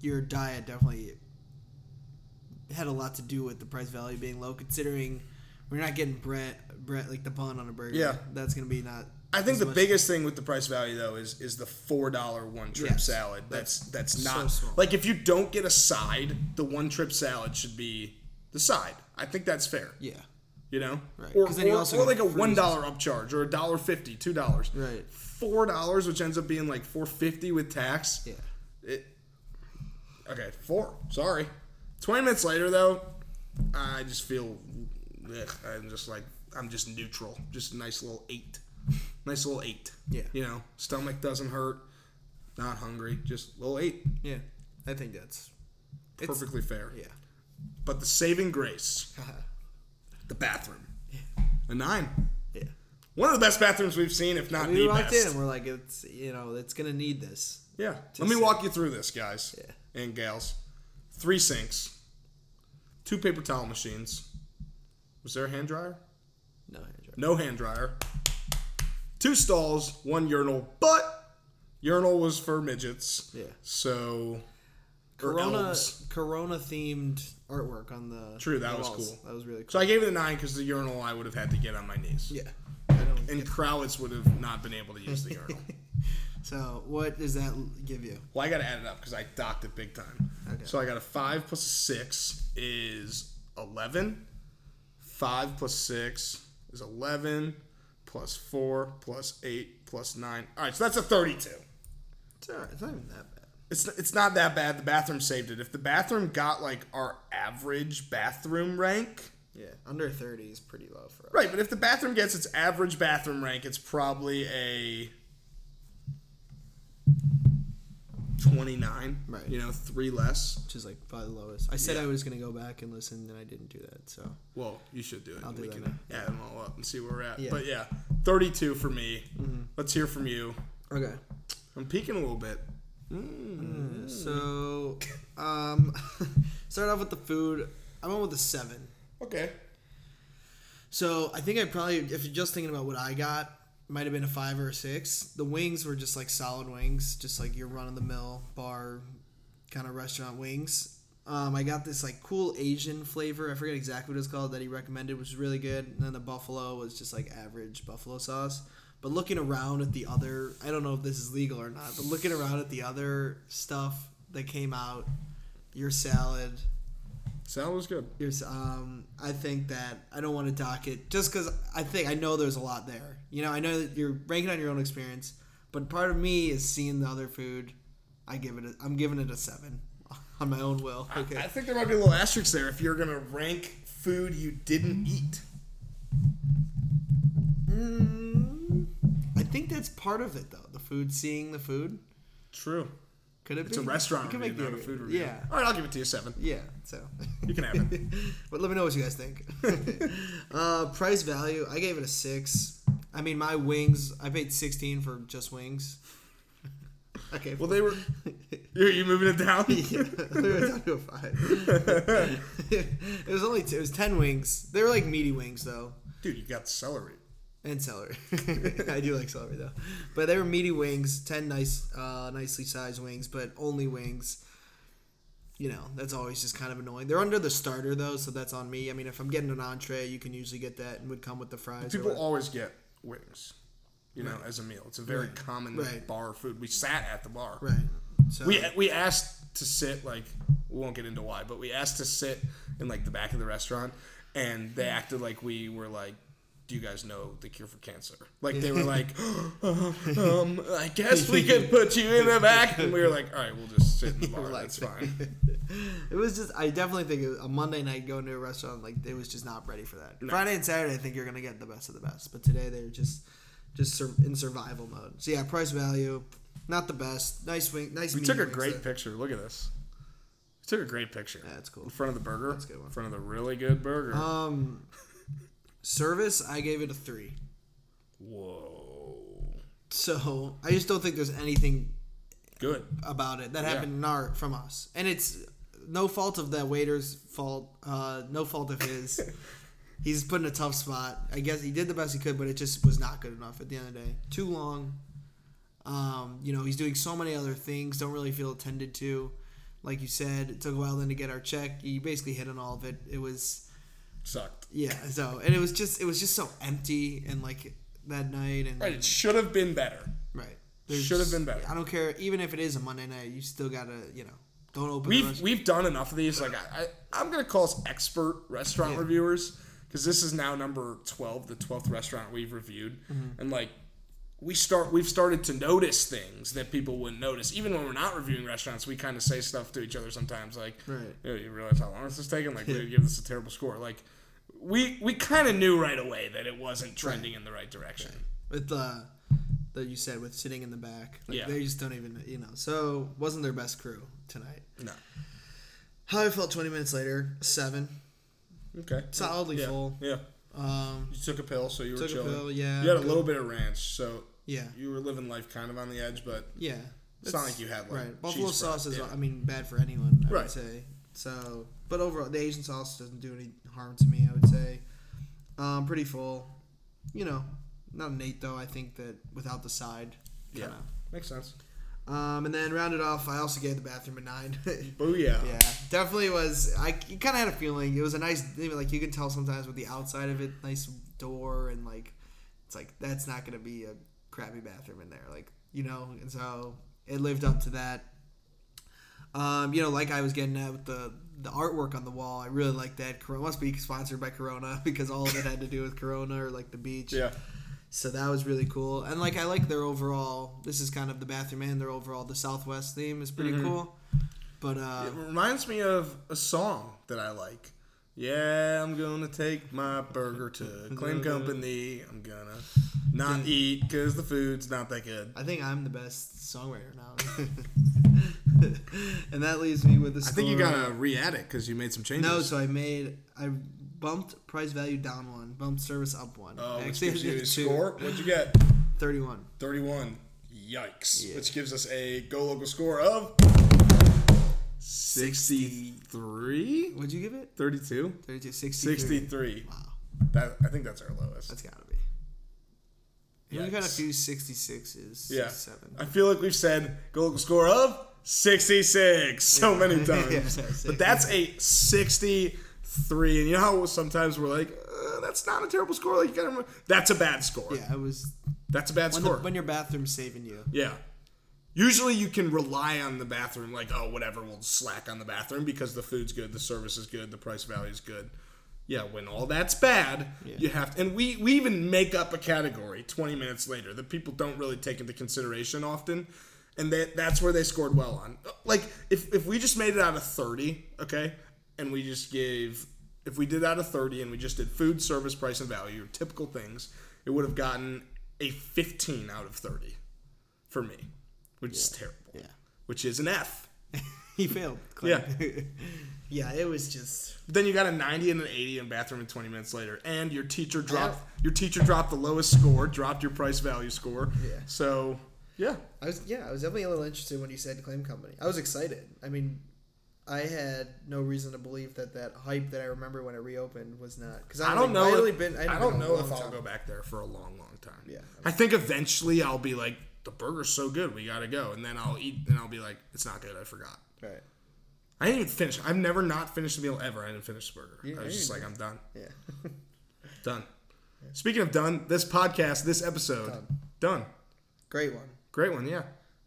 S2: your diet definitely had a lot to do with the price value being low, considering we're not getting bread, bread like the bun on a burger.
S1: Yeah.
S2: That's gonna be not.
S1: I think
S2: as
S1: the
S2: much-
S1: biggest thing with the price value though is is the four dollar one trip
S2: Yes.
S1: salad. That's that's
S2: so
S1: not
S2: small.
S1: like if you don't get a side, the one trip salad should be the side. I think that's fair.
S2: Yeah.
S1: You know,
S2: Right,
S1: or
S2: 'cause then you
S1: or-
S2: also
S1: or
S2: get
S1: like a
S2: fruits.
S1: one dollar upcharge or a dollar fifty, two dollars,
S2: Right.
S1: Four dollars, which ends up being like four fifty with tax.
S2: Yeah.
S1: It, okay, four. Sorry. Twenty minutes later, though, I just feel. Ugh, I'm just like I'm just neutral. Just a nice little eight. Nice little eight.
S2: Yeah.
S1: You know, stomach doesn't hurt. Not hungry. Just little eight.
S2: Yeah. I think that's. It's,
S1: Perfectly fair.
S2: yeah.
S1: But the saving grace, the bathroom, a nine.
S2: yeah.
S1: One of the best bathrooms we've seen, if not
S2: We
S1: the
S2: walked in
S1: best.
S2: and we're like, it's you know, it's gonna need this.
S1: Yeah. Let me
S2: see.
S1: walk you through this, guys
S2: Yeah.
S1: and gals. Three sinks, two paper towel machines. Was there a hand dryer?
S2: No. Andrew.
S1: No hand dryer. Two stalls, one urinal, but urinal was for midgets.
S2: Yeah.
S1: So. or
S2: Corona
S1: elves.
S2: Corona themed artwork on the
S1: True, that
S2: the
S1: was
S2: walls.
S1: cool.
S2: That was really cool.
S1: So I gave it a nine because the urinal I would have had to get on my knees.
S2: yeah. I don't,
S1: And Crowitz would have not been able to use the urinal.
S2: so what does that l- give you?
S1: Well, I got to add it up because I docked it big time.
S2: Okay.
S1: So I got a 5 plus a 6 is 11. 5 plus 6 is 11. Plus 4 plus 8 plus 9. All right, so that's a 32.
S2: It's all right. It's not even that bad.
S1: It's, it's not that bad. The bathroom saved it. If the bathroom got like our average bathroom rank.
S2: Yeah, under thirty is pretty low for us.
S1: Right, but if the bathroom gets its average bathroom rank, it's probably a 29.
S2: Right.
S1: You know, three less.
S2: which is like probably the lowest. I said
S1: Yeah.
S2: I was gonna go back and listen, and I didn't do that. So
S1: Well, you should do it.
S2: I'll do
S1: we
S2: that
S1: can add them all up and see where we're at.
S2: Yeah. Mm-hmm.
S1: But yeah, 32 for me. Let's hear from you.
S2: okay.
S1: I'm peeking a little bit.
S2: So, um, start off with the food. I went with a seven.
S1: Okay.
S2: So I think I probably, if you're just thinking about what I got, might have been a five or a six. The wings were just like solid wings, just like your run of the mill bar kind of restaurant wings. Um, I got this like cool Asian flavor. I forget exactly what it's called that he recommended, which was really good. And then the buffalo was just like average buffalo sauce. But looking around at the other, I don't know if this is legal or not, but looking around at the other stuff that came out, your salad,
S1: Salad was good.
S2: Here's, um, I think that I don't want to dock it just because I think I know there's a lot there. You know, I know that you're ranking on your own experience, but part of me is seeing the other food. I give it. A, I'm giving it a seven on my own will. Okay.
S1: I think there might be a little asterisk there if you're going to rank food you didn't eat.
S2: Mm, I think that's part of it though. The food, seeing the food,
S1: True.
S2: could it
S1: It's
S2: be?
S1: a restaurant
S2: It could
S1: review,
S2: make the
S1: not a
S2: other-
S1: food review.
S2: Yeah.
S1: All right, I'll give it to you seven.
S2: Yeah. So.
S1: You can have it.
S2: but let me know what you guys think. uh, price value, I gave it a six. I mean, my wings, I paid sixteen for just wings. Okay.
S1: Well, they were. You're, you moving it down?
S2: yeah, we were down to a five. it was only two, it was ten wings. They were like meaty wings though,
S1: Dude, you got celery.
S2: and celery. I do like celery though, but they were meaty wings, ten nice, uh, nicely sized wings, but only wings. You know, that's always just kind of annoying. They're under the starter though, so that's on me. I mean, if I'm getting an entree, you can usually get that and would come with the fries. or
S1: People
S2: what-
S1: always get wings, you know, as a meal. It's a very common
S2: Right.
S1: bar food. We sat at the bar.
S2: right. So
S1: We we asked to sit like we won't get into why, but we asked to sit in like the back of the restaurant, and they acted like we were like. Do you guys know the cure for cancer? Like they were like, um, I guess we could put you in the back, and we were like, all right, we'll just sit in the bar.
S2: Relax.
S1: That's fine.
S2: it was just I definitely think it was a Monday night going to a restaurant like it was just not ready for that. Friday and Saturday I think you're gonna get the best of the best, but today they're just just sur- in survival mode. So yeah, price value, not the best. Nice wing, nice.
S1: We
S2: medium
S1: took a
S2: wings
S1: great
S2: though.
S1: picture. Look at this. We took a great picture.
S2: Yeah, that's cool.
S1: In front of the burger.
S2: That's a good one.
S1: In front of the really good burger.
S2: Um, service I gave it a three.
S1: Whoa.
S2: So I just don't think there's anything
S1: Good.
S2: about it that happened in our from us, and it's no fault of that waiter's fault. Uh, no fault of his. He's put in a tough spot. I guess he did the best he could, but it just was not good enough at the end of the day. Too long. Um, you know, he's doing so many other things. Don't really feel attended to. Like you said, it took a while then to get our check. You basically hit on all of it. It was
S1: Sucked.
S2: yeah. So and it was just it was just so empty and like that night and
S1: Right. It should have been better.
S2: Right.
S1: Should have been better.
S2: I don't care. Even if it is a Monday night, you still gotta, you know, don't open. the
S1: We've
S2: rest-
S1: we've done enough of these. Like I, I I'm gonna call us expert restaurant
S2: Yeah.
S1: reviewers because this is now number twelve, the twelfth restaurant we've reviewed,
S2: Mm-hmm.
S1: and like we start we've started to notice things that people wouldn't notice even when we're not reviewing restaurants we kind of say stuff to each other sometimes like
S2: Right.
S1: "Yo, you realize how long this is taking like we would give this a terrible score like we we kind of knew right away that it wasn't trending in the right direction
S2: with the that you said with sitting in the back. Like,
S1: Yeah.
S2: They just don't even, you know. So wasn't their best crew tonight.
S1: no
S2: How I felt 20 minutes later, seven,
S1: okay
S2: solidly
S1: yeah.
S2: full.
S1: yeah
S2: Um,
S1: you took a pill so you were
S2: took a
S1: chilling
S2: pill. Yeah.
S1: you had a
S2: good-
S1: little bit of ranch so
S2: Yeah.
S1: you were living life kind of on the edge, but
S2: Yeah.
S1: it's not
S2: That's-
S1: like you had like
S2: Right. Buffalo
S1: cheese
S2: sauce
S1: fries.
S2: is,
S1: Yeah.
S2: I mean, bad for anyone, I
S1: Right.
S2: would say. So, but overall, the Asian sauce doesn't do any harm to me, I would say. Um, pretty full. You know, not an eight, though. I think that without the side.
S1: Yeah.
S2: kinda.
S1: makes sense.
S2: Um, and then rounded off, I also gave the bathroom a nine.
S1: Oh yeah,
S2: yeah. Definitely was. I kind of had a feeling. It was a nice, like, you can tell sometimes with the outside of it, nice door, and, like, it's like, that's not going to be a crappy bathroom in there. Like, you know, and so it lived up to that. Um, you know, like I was getting at with the the artwork on the wall, I really like that. Corona must be sponsored by Corona because all of it had to do with Corona or like the beach.
S1: yeah.
S2: So that was really cool. And like I like their overall this is kind of the bathroom and their overall the Southwest theme is pretty
S1: Mm-hmm.
S2: cool. But uh
S1: It reminds me of a song that I like. Yeah, I'm gonna take my burger to Claim Company. I'm gonna Not eat because the food's not that good.
S2: I think I'm the best songwriter now. and that leaves me with the
S1: I
S2: score.
S1: think you gotta re-add it because you made some changes.
S2: No, so I made I bumped price value down one, bumped service up one.
S1: Uh,
S2: I
S1: which
S2: actually
S1: gives you
S2: did
S1: a
S2: two.
S1: score. What'd you get?
S2: 31.
S1: 31. Yikes.
S2: Yeah.
S1: Which gives us a go local score of 63?
S2: What'd you give it?
S1: 32?
S2: 32, 63.
S1: 63.
S2: Wow.
S1: That, I think that's our lowest.
S2: That's gotta be.
S4: We got a
S1: Yikes.
S4: few 66s.
S1: yeah.
S4: 67.
S1: I feel like we've said go local score of 66 so many times.
S2: Yeah,
S1: but that's a 63. And you know how sometimes we're like, uh, that's not a terrible score. Like you gotta remember, that's a bad score.
S2: Yeah, I was.
S1: That's a bad
S2: When, the,
S1: score.
S2: when your bathroom's saving you.
S1: Yeah. Usually you can rely on the bathroom, like, oh, whatever, we'll slack on the bathroom because the food's good, the service is good, the price value is good. Yeah, when all that's bad, you have to, and we, we even make up a category 20 minutes later that people don't really take into consideration often. And that, that's where they scored well on. Like, if, if we just made it out of 30, okay, and we just gave, if we did out of 30 and we just did food, service, price, and value, typical things, it would have gotten a 15 out of 30 for me, which is terrible.
S2: Yeah.
S1: Which is an F.
S2: He failed.
S1: Yeah.
S2: yeah, it was just.
S1: But then you got a 90 and an 80 in bathroom and 20 minutes later, and your teacher dropped your teacher dropped the lowest score, dropped your price value score.
S2: Yeah.
S1: So yeah,
S2: I was yeah, I was definitely a little interested when you said claim company. I was excited. I mean, I had no reason to believe that that hype that I remember when it reopened was not because
S1: I don't know.
S2: I
S1: if-
S2: really been. I, hadn't
S1: I
S2: been
S1: don't
S2: a
S1: know
S2: long
S1: if I'll
S2: time.
S1: go back there for a long, long time.
S2: Yeah.
S1: I think eventually I'll be like, the burger's so good, we gotta go, and then I'll eat, and I'll be like, it's not good, I forgot.
S2: Right.
S1: I didn't even finish. I've never not finished a meal ever. I didn't finish the burger. I
S2: I
S1: was just like,
S2: didn't.
S1: I'm done.
S2: Yeah.
S1: Done. Speaking of done, this podcast, this episode,
S2: Done.
S1: done.
S2: Great one,
S1: Great one, yeah.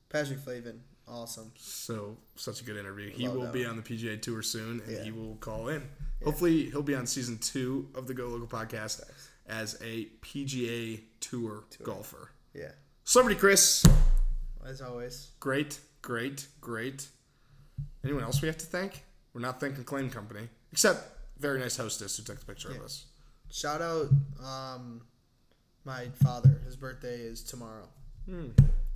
S2: Patrick Flavin. Awesome.
S1: So such a good interview. He
S2: Love
S1: will
S2: that
S1: be
S2: one.
S1: on the PGA Tour soon, and
S2: Yeah.
S1: he will call in. Hopefully, he'll be on season two of the Go Local podcast as a PGA Tour, golfer.
S2: Yeah.
S1: Celebrity Chris,
S2: As always.
S1: great, great, great. Anyone else we have to thank? We're not thanking Claim Company, except very nice hostess who took the picture of us.
S2: Shout out um, my father. His birthday is tomorrow.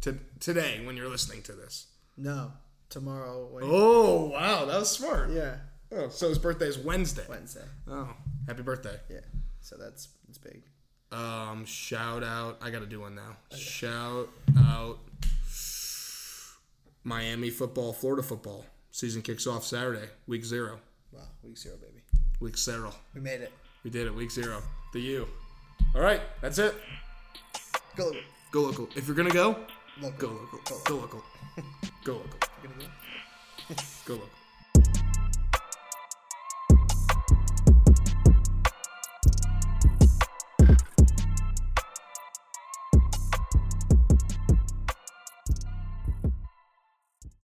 S1: To, today, when you're listening to this.
S2: No, tomorrow. When,
S1: Oh wow, that was smart.
S2: Yeah,
S1: Oh, so his birthday is Wednesday.
S2: Wednesday.
S1: Oh, happy birthday.
S2: Yeah. So that's it's big.
S1: Um, shout out. I gotta do one now. Shout out. Miami football, Florida football season kicks off Saturday, week zero,
S2: Wow, week zero, baby.
S1: week zero.
S2: We made it.
S1: We did it, week zero. The U. All right, that's it.
S2: Go.
S1: Go local. If you're gonna go,
S2: Local.
S1: go local. Go local. Go local. Go local.